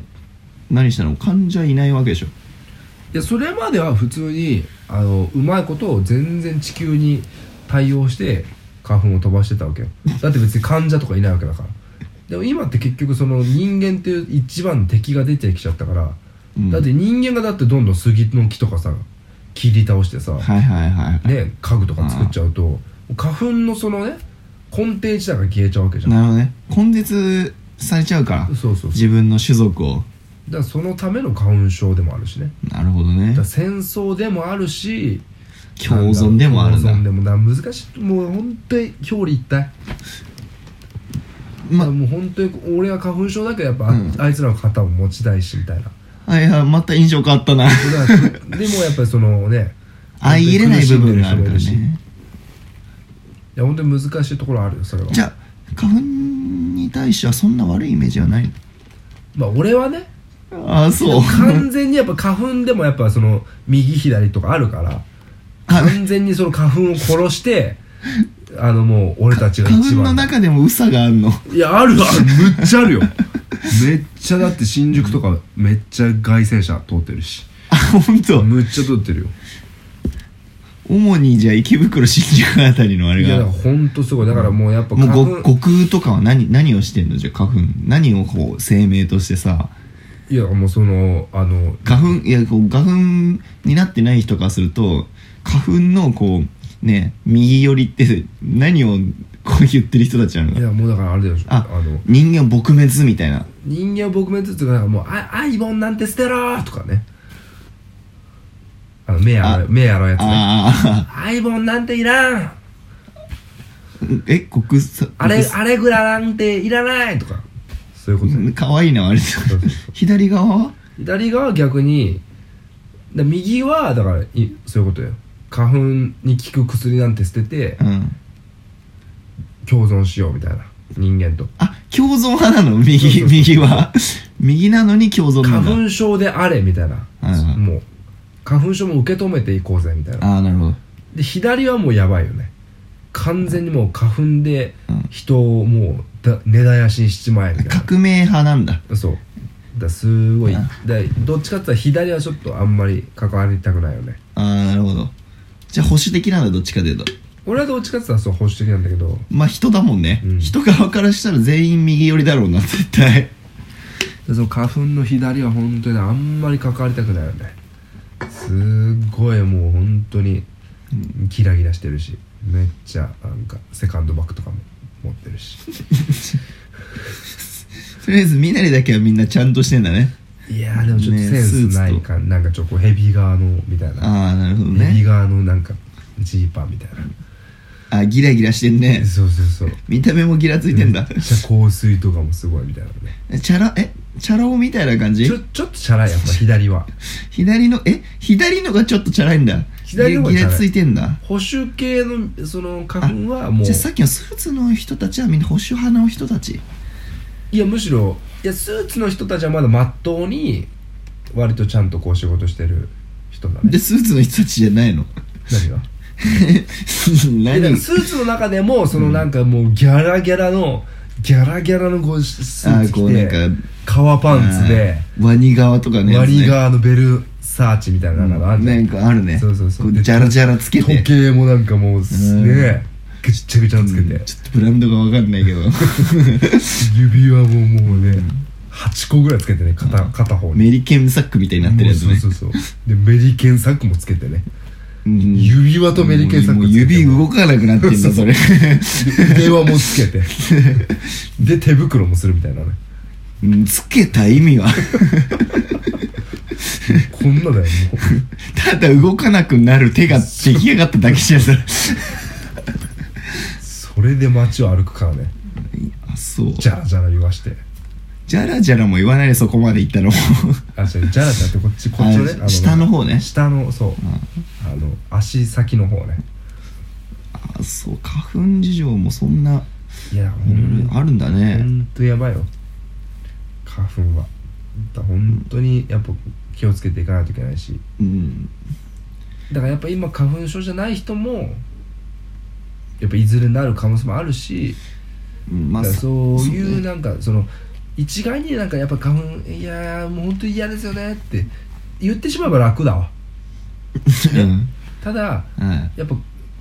S2: 何したの患者いないわけでしょ
S1: いやそれまでは普通にあのうまいことを全然地球に対応して花粉を飛ばしてたわけよだって別に患者とかいないわけだからでも今って結局その人間っていう一番の敵が出てきちゃったから、
S2: うん
S1: だって人間がだってどんどん杉の木とかさ切り倒してさ、
S2: はいはいはい、
S1: ね、家具とか作っちゃうと花粉のそのね根底自体が消えちゃうわけじゃん
S2: なるほどね根絶されちゃうから
S1: そうそうそう
S2: 自分の種族を
S1: だからそのための花粉症でもあるしね
S2: なるほど
S1: だ
S2: ね
S1: から戦争でもあるし
S2: 共存でもあるんだ
S1: 共存でもだから難しいもう本当に表裏一体ま
S2: ま
S1: あもう本当に俺は花粉症だけどやっぱ、あ
S2: うん
S1: あいつらの肩を持ちたいしみたいな
S2: はいはいまた印象変わ ったな
S1: だからでもやっぱりそのね
S2: 相入れない部分があるからね
S1: いや本当に難しいところあるよそれは
S2: じゃあ花粉に対してはそんな悪いイメージはない
S1: まあ俺はね
S2: ああそう
S1: 完全にやっぱ花粉でもやっぱその右左とかあるから完全にその花粉を殺してあのもう俺たちが
S2: 花
S1: 一
S2: 粉の
S1: 番
S2: 中でもウサがあるの
S1: いやあるわむっちゃあるよめっちゃだって新宿とかめっちゃ外線車通ってるし
S2: あ本当。
S1: むっちゃ通ってるよ
S2: 主にじゃあ池袋新宿あたりのあれ
S1: いやだ
S2: が
S1: からほんとすごいだからもうやっぱ
S2: もう
S1: 花粉
S2: ご悟空とかは何何をしてんのじゃあ花粉何をこう生命としてさ
S1: いやもうそのあの
S2: 花粉いやこう花粉になってない人からすると花粉のこうね右寄りって何をこう言ってる人たちなの
S1: い
S2: か
S1: やもうだからあれだよ
S2: あ
S1: あの
S2: 人間撲滅みたいな
S1: 人間撲滅っていうかなんかもう「あアイボンなんて捨てろ!」とかねあの目や
S2: あ
S1: ろ目やろやつね
S2: あ
S1: アイボンなんていらん
S2: あ え国産
S1: あれあれぐらなんていらないとかそういうことね
S2: かわいいなあれ
S1: そうそうそ
S2: 左側は
S1: 左側は逆にだ右はだからいそういうことよ花粉に効く薬なんて捨てて
S2: うん
S1: 共存しようみたいな人間と
S2: あ共存派なの右
S1: そうそうそう
S2: 右は 右なのに共存なんだ
S1: 花粉症であれみたいな、
S2: うんうん
S1: もう花粉症も受け止めていこうぜみたいな
S2: ああなるほど
S1: で左はもうやばいよね完全にもう花粉で
S2: うん
S1: 人をもうだ根絶やしにしちまえみたいな
S2: 革命派なんだ
S1: そうだすごい
S2: あ
S1: だどっちかって言ったら左はちょっとあんまり関わりたくないよね
S2: ああなるほどじゃあ保守的なんだどっちかというと
S1: 俺はどっちかって言ったらそう保守的なんだけど
S2: まあ人だもんね、
S1: うん
S2: 人側からしたら全員右寄りだろうな絶対
S1: でその花粉の左は本当にあんまり関わりたくないよねすっごいもう本当にギラギラしてるしめっちゃなんかセカンドバッグとかも持ってるし
S2: とりあえずみなりだけはみんなちゃんとしてんだね
S1: いやーでもちょっとセンスないか、なんかちょっとこうヘビ側のみたいな、
S2: ああなるほど
S1: ヘビ
S2: ね
S1: 側のなんかジーパンみたいな、
S2: あーギラギラしてんね
S1: そうそうそう
S2: 見た目もギラついてんだ
S1: めっちゃ香水とかもすごいみたいな ね
S2: チャラえチャラ男みたいな感じ
S1: ちょちょっとチャラいやっぱ左は
S2: 左のえ左のがちょっとチャラいんだ
S1: 左のがチャ
S2: ギ
S1: ラい
S2: ラついてんだ
S1: 保守系のその花粉はもう
S2: じゃあさっきのスーツの人たちはみんな保守派の人たち
S1: いやむしろいやスーツの人たちはまだまっとうに割とちゃんとこう仕事してる人だね
S2: でスーツの人たちじゃないの
S1: 何がいやだか
S2: 何
S1: らスーツの中でもそのなんかもうギャラギャラのギャラギャラのこうス
S2: あ
S1: ー
S2: あ
S1: ツ
S2: こう
S1: 着
S2: なん
S1: て
S2: か
S1: 革パンツで
S2: あーワニ側とかね
S1: ワニ側のベルサーチみたいなのがあるじゃ
S2: なん
S1: ん
S2: かあるね
S1: そうそうそう
S2: こ
S1: で
S2: ジャラジャラつけて
S1: 時計もなんかもうね
S2: ん
S1: えぐっちゃぐちゃつけて
S2: ちょっとブランドがわかんない けど
S1: 指輪ももうね8個ぐらいつけてね片片方に
S2: メリケンサックみたいになってるやつ
S1: もう
S2: ね
S1: そうそうそうでメリケンサックもつけてね
S2: うん
S1: 指輪とメリケンサッ
S2: も
S1: ク
S2: う
S1: つけて
S2: 指動かなくなってんだそれ
S1: 腕輪もつけ てで手袋もするみたいなね
S2: うんつけた意味は
S1: こんなだよもう
S2: ただ動かなくなる手が出来上がっただけじゃん それ
S1: それで街を歩くからね
S2: あそう
S1: ジャラジャラ言わして
S2: ジャラジャラも言わないでそこまで行ったの
S1: あ違うジャラジャラってこっち こっちのね
S2: あ
S1: あの
S2: 下の方ね
S1: 下のそう、あの足先の方ね
S2: あそう花粉事情もそんない
S1: やほ
S2: いろい
S1: ん
S2: ろあるんだ
S1: ほ
S2: ね
S1: んとやばいよ花粉はだ本当にやっぱ気をつけていかないといけないし
S2: うん
S1: だからやっぱ今花粉症じゃない人もやっぱいずれなる可能性もあるし
S2: うんまあ
S1: だからそう
S2: そ
S1: いうう
S2: ね
S1: なんかその一概になんかやっぱ花粉いやーもう本当に嫌ですよねって言ってしまえば楽だわ
S2: うん
S1: ただ
S2: うん
S1: やっ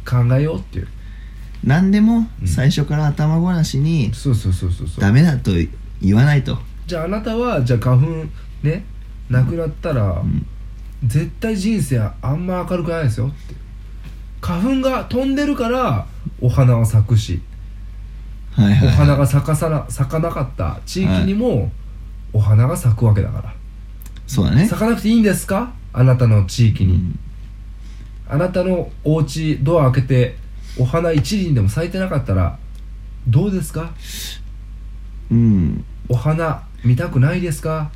S1: ぱ考えようっていう
S2: 何でも
S1: うん
S2: 最初から頭ごなしに
S1: そうそうそうそうそう
S2: ダメだと言わないと
S1: じゃああなたはじゃあ花粉ねなくなったら、
S2: ん
S1: 絶対人生あんま明るくないですよって花粉が飛んでるからお花は咲くし
S2: はい
S1: お
S2: はい
S1: 花が咲かさ な咲かなかった地域にもお花が咲くわけだから、
S2: そうだね
S1: 咲かなくていいんですかあなたの地域に、
S2: うん
S1: あなたのお家ドア開けてお花一輪でも咲いてなかったらどうですか
S2: うん
S1: お花見たくないですか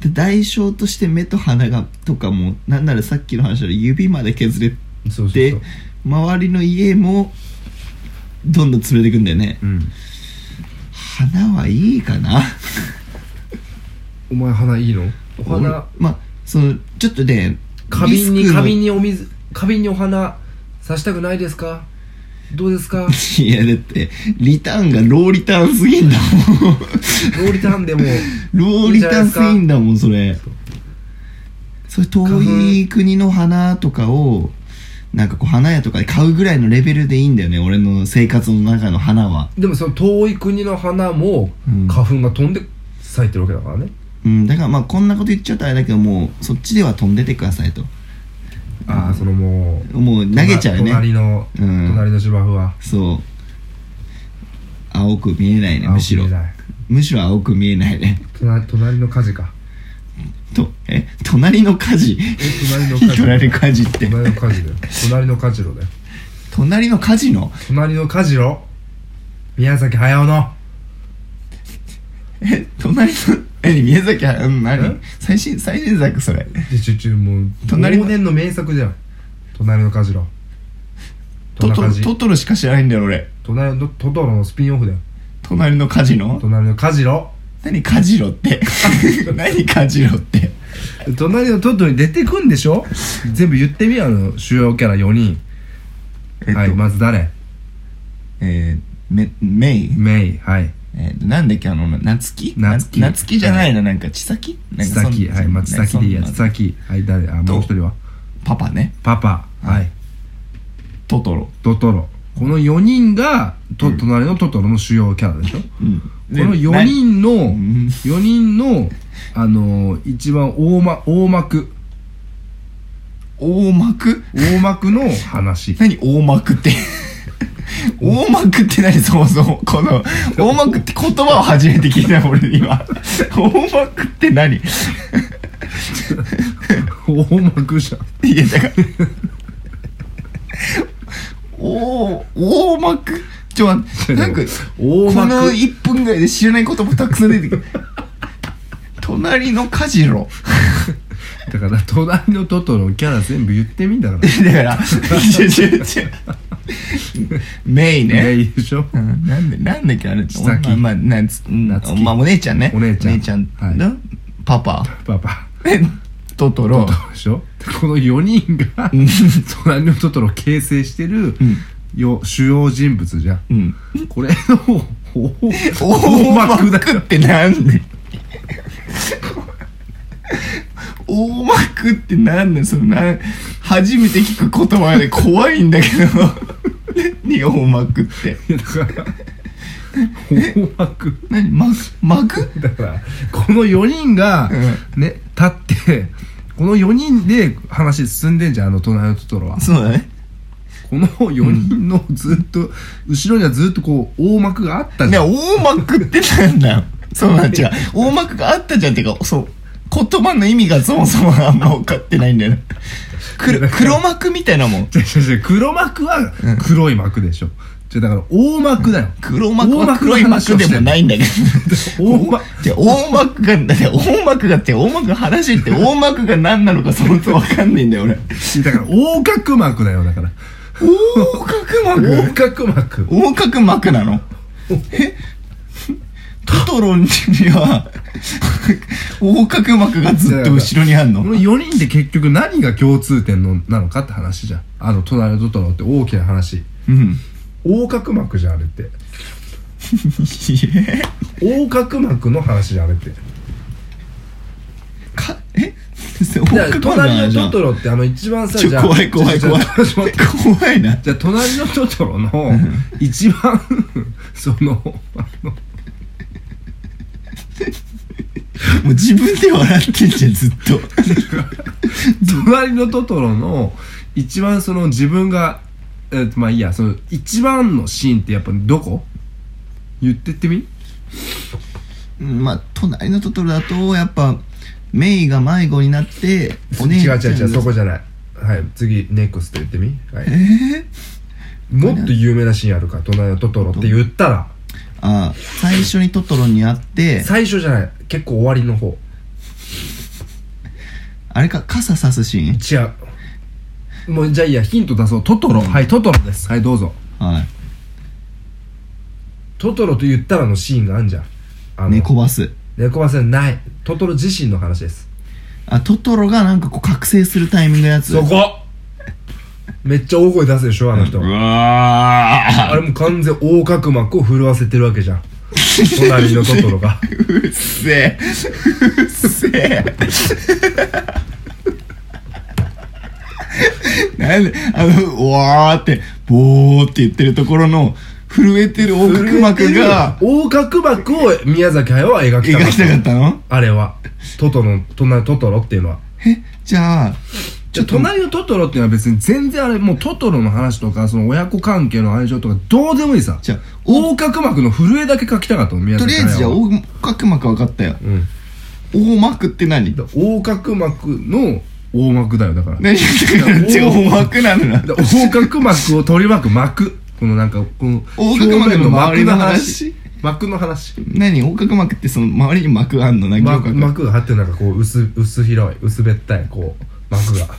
S2: で代償として目と鼻がとかもなんならさっきの話だと指まで削れ
S1: そうそうそう
S2: て周りの家もどんどん潰れていくんだよね
S1: うん
S2: 花はいいかな
S1: お前花いいのお
S2: 俺
S1: 花
S2: まあそのちょっとね
S1: 花瓶
S2: リ
S1: に
S2: スクの
S1: 花瓶にお水花瓶にお花さしたくないですかどうで すか
S2: いやだってリターンがローリターンすぎんだもん
S1: ローリターンでも
S2: ローリターンすぎんだもんそれそれ遠い国の花とかをなんかこう花屋とかで買うぐらいのレベルでいいんだよね俺の生活の中の花は
S1: でもその遠い国の花も
S2: うん
S1: 花粉が飛んで咲いてるわけだからね、
S2: うん、だからまあこんなこと言っちゃったらあれだけどもうそっちでは飛んでてくださいと
S1: ああそのもう
S2: もう投げちゃう
S1: とな
S2: ね
S1: 隣の、
S2: うん
S1: 隣の芝生は
S2: そう青く見えないねむしろ
S1: 青く見えない
S2: むしろ青く見えないね
S1: 隣隣の火事か
S2: とえ隣の火事
S1: え隣の火事
S2: 隣の火事って
S1: 隣の火事だよ隣の火事だよ
S2: 隣の火事の
S1: 隣の火事を宮崎駿の
S2: え隣のえ宮崎あうん何
S1: え
S2: 最新最新作それ
S1: でちゅちゅもう
S2: 隣の
S1: 往年の名作じゃん隣の火事郎
S2: トトロ
S1: 隣
S2: トトロしか知らないんだよ俺
S1: 隣のトトロのスピンオフだよ
S2: 隣の火事の
S1: 隣の火事郎
S2: 何火事のって 何火事のって
S1: 隣のトトロに出てくんでしょ全部言ってみよあの主要キャラ4人、
S2: えっと
S1: はいまず誰
S2: えーめメイ
S1: メイはい
S2: えー、なんだっけあの夏希
S1: 夏希
S2: な夏希じゃないな、なんか千咲なん
S1: 千
S2: かそん
S1: 崎はいまあ千
S2: そ
S1: 崎
S2: ん
S1: でいいや
S2: な
S1: 千崎はい誰あもう一人は
S2: パパね
S1: パパはい
S2: トトロ
S1: トトロこの4人がと
S2: うん
S1: 隣のトトロの主要キャラでしょ
S2: うん
S1: この4人の
S2: ん
S1: 4人のあのー一番大,、ま、大幕
S2: 大幕
S1: 大幕の話
S2: 何大幕って大幕って何そもそもこの大幕って言葉を初めて聞いた俺今大幕って何い
S1: 大幕じゃん
S2: やだからお大幕ちょ待ってなんか
S1: 大
S2: この
S1: 幕
S2: 1分ぐらいで知らない言葉たくさん出てくる隣のカジロ
S1: だから隣のトトロのキャラ全部言ってみんだ から
S2: だから違う違う違うメイ
S1: メ
S2: ね
S1: イでしょ
S2: うんなんでなんだっけあれ
S1: 千咲
S2: まあまあなんつうん
S1: 夏希
S2: まあお姉ちゃんね
S1: お姉ちゃん
S2: 姉ちゃんだ、
S1: は
S2: パパ
S1: パパ
S2: えトト
S1: ト
S2: ロ
S1: トロでしょこの4人が
S2: うん
S1: 隣のトトロを形成してる
S2: うん
S1: よ主要人物じゃん
S2: うん
S1: これのお
S2: 大
S1: 大幕
S2: 幕
S1: だ
S2: ってなんで大幕ってなんでそのなん初めて聞く言葉で怖いんだけ ど何大幕って
S1: いやだから大幕
S2: 何幕幕
S1: だからこの4人が
S2: う
S1: ね立ってこの4人で話進んでんじゃんあの隣のトトロは
S2: そうだね
S1: この4人のずっと後ろにはずっとこう大幕があったじ
S2: ね
S1: ゃん
S2: 大幕ってなん だよそうなん違う大幕があったじゃんっていうかそう言葉の意味がそもそもあんま分かってないんだよね黒黒幕みたいなもん
S1: 違う違う違う黒幕は黒い幕でしょじゃだから大幕だよ
S2: 黒幕は黒い幕でもないんだけど
S1: 大幕
S2: じゃあ大幕が、だって大幕がって、大幕の話って大幕が何なのかそもそもわかんねえんだよ、俺。
S1: だから横隔膜だよだから
S2: 横隔
S1: 横隔膜
S2: 横隔幕なのえトトロには、横隔膜がずっと後ろにあん
S1: こ
S2: の
S1: の4人で結局何が共通点のなのかって話じゃんあの隣のトトロって大きな話
S2: うん。
S1: 横隔膜じゃんあれって
S2: いえ
S1: 横隔膜の話やめて
S2: かえ
S1: じゃあ隣の
S2: じゃ
S1: ト
S2: ん
S1: トロってあの一番さ
S2: ちょ
S1: じゃあ
S2: 怖い怖い
S1: ちょ
S2: 怖い
S1: ちょちょちょちょ
S2: 怖いな
S1: じゃあ隣のトトロの一番そのあの
S2: もう自分で笑ってんじゃんずっと
S1: 隣のトトロの一番その自分が、えーまあいいやその一番のシーンってやっぱどこ言ってってみ
S2: うんまあ隣のトトロだとやっぱメイが迷子になってお姉ち
S1: 違
S2: ゃ
S1: うん違う違うそこじゃないはい次ネクスト言ってみ、はい、
S2: えー、
S1: もっと有名なシーンあるから隣のトトロって言ったら
S2: あ最初にトトロに会って
S1: 最初じゃない結構終わりの方
S2: あれか傘さすシーン
S1: 違うもうじゃあいいやヒント出そうトトロはいトトロですはいどうぞ
S2: はい
S1: トトロと言ったらのシーンがあんじゃんあの
S2: 猫バス
S1: 猫バスじゃないトトロ自身の話です
S2: あトトロがなんかこう覚醒するタイミングのやつ
S1: そこめっちゃ大声出すでしょあの人、
S2: うわ
S1: あれもう完全横隔膜を震わせてるわけ じゃん隣のトトロが
S2: ーうっせえうっせえなんであのうわーってボーって言ってるところの震えてる横隔膜が
S1: 横隔膜を宮崎駿は描きた
S2: 描
S1: かっ
S2: きたかったの
S1: たあれはトトロの隣のトトロっていうのは
S2: えじゃあ
S1: じゃあ隣のトトロっていうのは別に全然あれもうトトロの話とかその親子関係の愛情とかどうでもいいさ
S2: じゃあお
S1: 横隔膜の震えだけ描きたかったの宮
S2: と
S1: 崎
S2: りあえ
S1: 駿は
S2: ずじゃあ横隔膜分かったよ
S1: うん
S2: 大膜って何
S1: だから横隔膜の横膜だよだから
S2: 何違う大膜なのな
S1: だから横隔膜を取り巻く膜このなんかこの
S2: 横隔膜の周りの
S1: 表
S2: 話
S1: 面の膜の話
S2: 何横隔膜ってその周りに膜あんの何
S1: ま
S2: 横隔膜
S1: 膜が張ってるなんかこう薄薄広い薄べったいこう膜が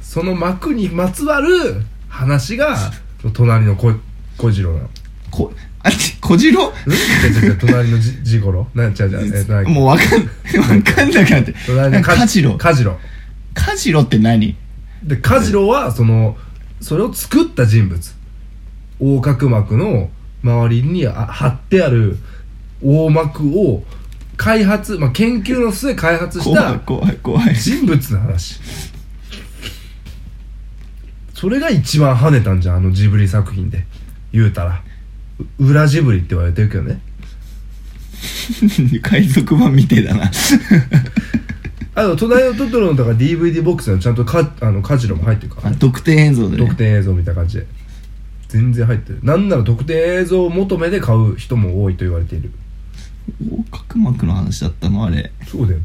S1: その膜にまつわる話が隣の小小次郎なの
S2: こあっち小次郎
S1: うん違う違う違う隣のじ次郎なんちゃうじゃうえなん
S2: もうわかんわかんなくなって
S1: 隣
S2: なん
S1: の
S2: か
S1: か
S2: カジロ
S1: カジロ
S2: カジロって何
S1: でカジロはそのそれを作った人物横隔膜の周りにあ貼ってある横膜を開発、まあ、研究の末開発し
S2: 怖い
S1: た
S2: 怖い怖い
S1: 人物の話それが一番跳ねたんじゃんあのジブリ作品で言うたらう裏ジブリって言われてるけどね
S2: 海賊版みてえだな
S1: あと隣のトトロのとか DVD ボックスのちゃんとカあのカジロも入ってるから
S2: あ特定映像で
S1: 特
S2: ね
S1: 典映像みたいな感じで全然入ってるなんなら特典映像を求めで買う人も多いと言われている
S2: 横隔膜の話だったのあれ
S1: そうだよ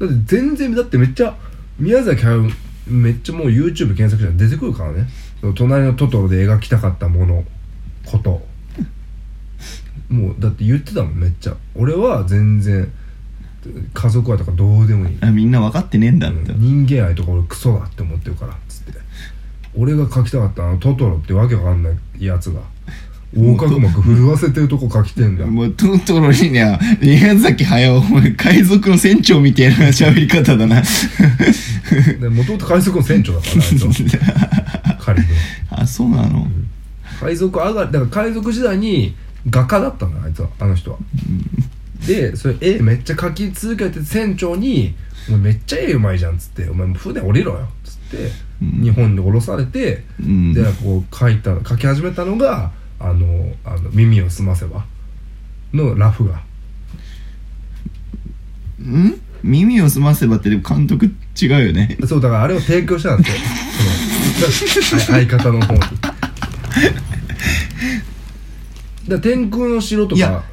S1: だって全然だってめっちゃ宮崎駿めっちゃもう YouTube 検索したら出てくるからねその隣のトトロで描きたかったものこともうだって言ってたもんめっちゃ俺は全然家族愛とかどうでもいい
S2: あみんな分かってねえんだって
S1: 人間愛とか俺クソだって思ってるからっつって俺が描きたかったあのトトロってわけわかんないやつが横隔膜震わせてるとこ描きてんだよ
S2: もうトトロにね宮崎駿お前海賊の船長みたいな喋り方だな
S1: もともと海賊の船長だからねあいつ は彼には
S2: あそうなの
S1: 海賊上がりだから海賊時代に画家だったんだあいつはあの人はでそれ絵めっちゃ描き続けて船長に「お前めっちゃ絵うまいじゃん」っつって「お前もう船降りろよ」っつって
S2: うん
S1: 日本に降ろされて、
S2: うん
S1: でこう描いた描き始めたのが「あのあの耳をすませば」のラフが
S2: ん耳を澄ませばってでも監督違うよね
S1: そうだからあれを提供したんですよ その相相方の方にだから天空の城と
S2: い
S1: か
S2: や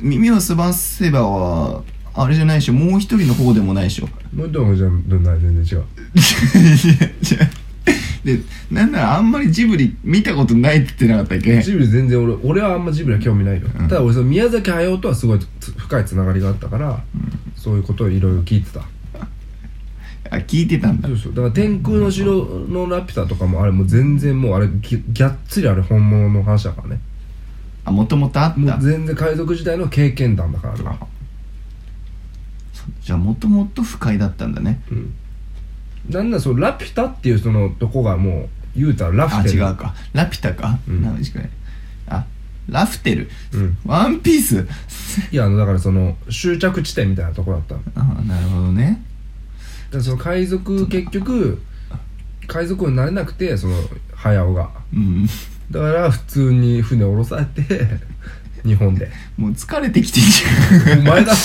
S2: 耳をすませばはあれじゃないでしょもう一人の方でもないでしょ
S1: もう一度もじゃない全然違う
S2: でなんならあんまりジブリ見たことないって言ってなかったっけ
S1: ジブリ全然俺俺はあんまジブリは興味ないよ、ただ俺その宮崎駿とはすごいつ深いつながりがあったから、そういうことをいろいろ聞いてた
S2: あ聞いてたんだ
S1: そうそうだから「天空の城」の「ラピュタ」とかもあれもう全然もうあれぎぎゃっつりあれ本物の話だからね
S2: あもともとあっ
S1: もう
S2: た
S1: 全然海賊時代の経験談だからあれは
S2: じゃあもともと不快だったんだね
S1: うんなんだその「ラピュタ」っていうそのとこがもう言うたらラ
S2: あ
S1: フ
S2: 違
S1: テ
S2: うかラピュタか、
S1: うん
S2: な確かにあラフテル
S1: うん
S2: ワンピース
S1: いやあのだからその終着地点みたいなとこだっただか
S2: ああなるほどね
S1: らその海賊結局海賊になれなくてその早尾が
S2: うん
S1: だから普通に船降ろされて 日本で
S2: もう疲れてきてんじゃん
S1: お前だって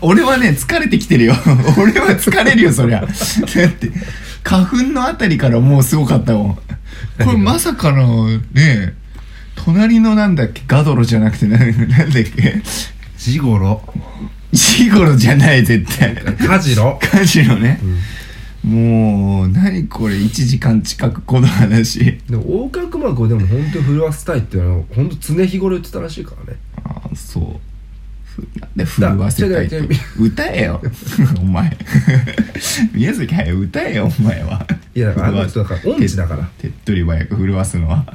S2: 俺はね疲れてきてるよ 俺は疲れるよそりゃだって花粉のあたりからもうすごかったもんこれまさかのね隣のなんだっけガドロじゃなくてななんだっけ
S4: ジゴロ
S2: ジゴロじゃない絶対
S1: カジロ
S2: カジロね、もう何これ1時間近くこの話
S1: でも横隔膜をでも本当に震わせたいっていうのは本当常日頃言ってたらしいからね
S2: ああそうふなんで震わせたいって
S1: だ違う違
S2: 歌えよお前 宮崎駿歌えよお前はい
S1: やだからあの人だから音痴だから
S2: 手っ取り早く震わすのは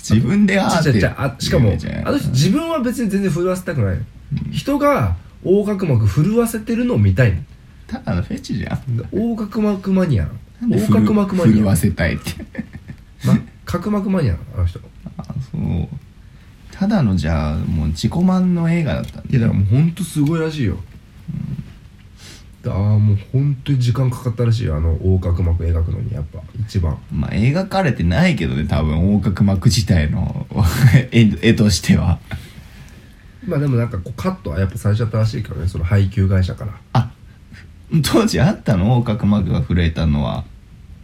S2: 自分であー
S1: ち
S2: っ
S1: ゃ
S2: て
S1: ちゃあしかも
S2: 言うんじゃない
S1: あの人自分は別に全然震わせたくないの、人が横隔膜震わせてるのを見たいの
S2: ただのフェチじゃん
S1: 横隔膜マニア
S2: なんで
S1: 横
S2: 震
S1: 隔膜マニ
S2: 震
S1: ア
S2: わせたいって
S1: ま角膜マニアなのあの人
S2: あそうただのじゃあもう自己満の映画だったんだ
S1: いやだからもうほんとすごいらしいよ、ああもうほんとに時間かかったらしいよあの横隔膜描くのにやっぱ一番
S2: まあ描かれてないけどね多分横隔膜自体の 絵絵としては
S1: まあでもなんかこうカットはやっぱされちゃったらしいけどねその配給会社から
S2: あ当時あったの横隔膜が震えたのは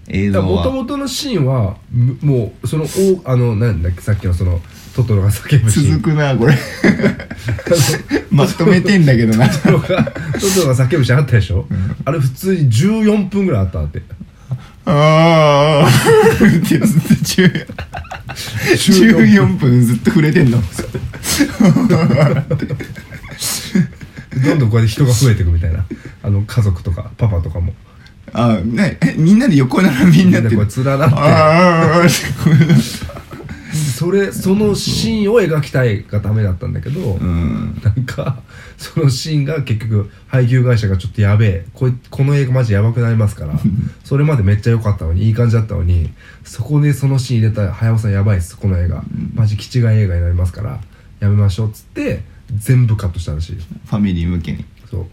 S2: 映像
S1: もと
S2: は
S1: もとのシーンはむもうそのおあのなんだっけさっきのそのトトロが叫ぶシーン
S2: 続くなこ れ
S1: あ
S2: まとめてんだけどな
S1: のトトロがトトロが叫ぶシーンあったでしょ、あれ普通に14分ぐらいあったんだって
S2: ああってずっと10 14分ずっと触れてんの
S1: どんどんこうやって人が増えていくみたいなあの家族とかパパとかも
S2: あねえみんなで横並び
S1: み
S2: に
S1: ん
S2: な
S1: な
S2: って
S1: でこう連なって
S2: ああ
S1: それそのシーンを描きたいがためだったんだけど、
S2: うん
S1: なんかそのシーンが結局配給会社がちょっとやべえこいこの映画マジやばくなりますからそれまでめっちゃ良かったのにいい感じだったのにそこでそのシーン入れたら「早尾さんやばいっすこの映画マジ気違い映画になりますからやめましょう」っつって全部カットしたらしいよ
S2: ファミリー向けに
S1: そう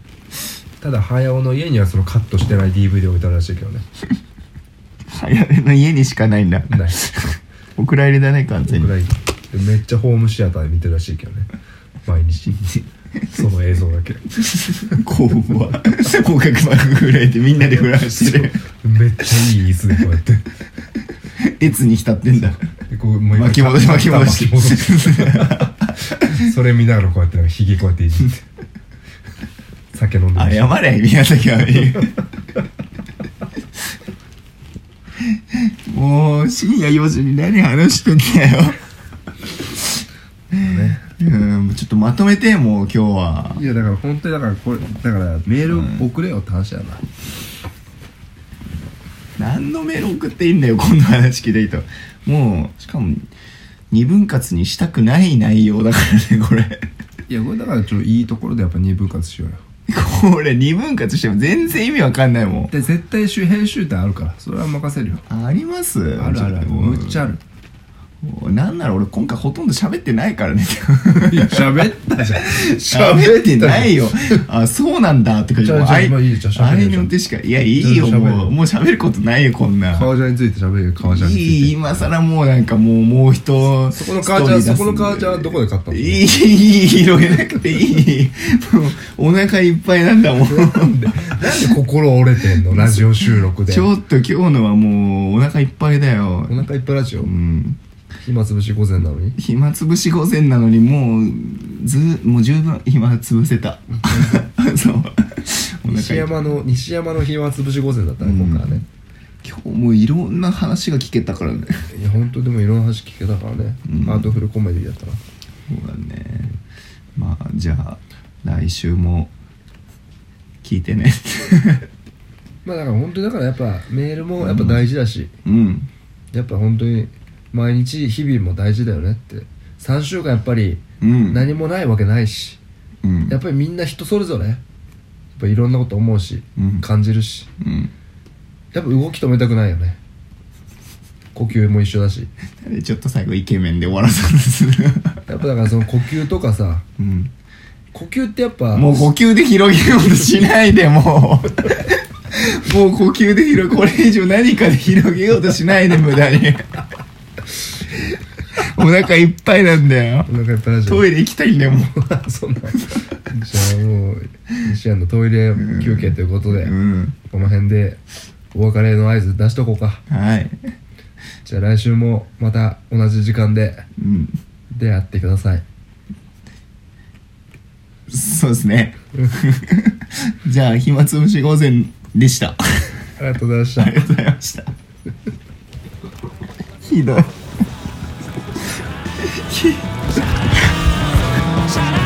S1: ただ早尾の家にはそのカットしてない DVD を置いたらしいけどね
S2: 早めの家にしかないんだ
S1: ない
S2: お蔵入りだね完全に
S1: ぐらいでめっちゃホームシアターで見てるらしいけどね毎日その映像だけ
S2: 工房は合格膜震えてみんなで震わしてる
S1: めっちゃいい椅子でこうやって
S2: 越に浸ってんだ
S1: でこうもう
S2: 巻き戻し巻き戻し
S1: 巻き戻しそれ見ながらこうやってなんかひげこうやっていじって酒飲んで
S2: あ
S1: ま
S2: 謝
S1: し
S2: れ宮崎 はもう深夜4時に何話してんだよ
S1: ね
S2: うんちょっとまとめてもう今日はい
S4: やだから本当にだからこれだからメール送れよって話やな、
S2: 何のメール送っていいんだよこんな話聞いていいともうしかも二分割にしたくない内容だからねこれ
S4: いやこれだからちょっといいところでやっぱ二分割しようよ
S2: これ二分割しても全然意味わかんないもん
S4: で絶対主編集点あるからそれは任せるよ
S2: あります
S4: あるあるあるむっちゃ ある
S2: もうなんなら俺今回ほとんど喋ってないからね
S4: いや喋ったじゃん
S2: 喋ってないよ あそうなんだって感じ
S1: じゃあじゃあ
S2: あい
S1: まあいいじゃあ喋る
S2: あいの手しかいやいいよ
S1: じゃあ喋る
S2: もうもう喋ることないよこんな
S4: 革ジャンについて喋るよ革ジャン
S2: い
S4: について
S2: い今更もうなんかもうもう人
S1: そこの革ジャン
S2: ストーリー出すんで
S1: そこの革ジャンはどこで買ったの
S2: いいいい広げなくていいもうお腹いっぱいなんだも ん
S1: たなんで心折れてんのラジオ収 録で
S2: ちょっと今日のはもうお腹いっぱいだよ
S1: お腹いっぱいラジオ
S2: うん
S1: 暇つぶし午前なのに
S2: 暇つぶし午前なのにもうずもう十分暇つぶせ たそうお腹いっぱ
S1: 西
S2: い
S1: 山の西山の暇つぶし午前だったね
S2: うん
S1: 今回はね
S2: 今日もういろんな話が聞けたからね
S1: いや本当でもいろんな話聞けたからね
S2: うん
S1: アートフルコメディだったな
S2: そうだねまあじゃあ来週も聞いてね
S1: まあだから本当にだからやっぱメールもやっぱ大事だし
S2: うん
S1: やっぱ本当に毎日日々も大事だよねって3週間やっぱり
S2: うん
S1: 何もないわけないし、
S2: うん
S1: やっぱりみんな人それぞれやっぱいろんなこと思うし、
S2: うん
S1: 感じるし
S2: うん
S1: やっぱ動き止めたくないよね呼吸も一緒だし
S2: でちょっと最後イケメンで終わらそうでする
S1: やっぱだからその呼吸とかさ
S2: うん
S1: 呼吸ってやっぱ
S2: もう呼吸で広げようとしないでもう もう呼吸で広げこれ以上何かで広げようとしないで無駄 にお腹いっぱいなんだよ
S1: お腹いっぱいだし
S2: トイレ行きたいんだよもう
S1: そんなじゃあもう西安のトイレ休憩ということで、
S2: うん
S1: この辺でお別れの合図出しとこうか
S2: はい
S1: じゃあ来週もまた同じ時間で
S2: うん
S1: 出会ってください
S2: そうですね じゃあ暇つぶし午前でしたあ
S1: ありがとうございました
S2: りがとうございましたひどい
S5: Shut up!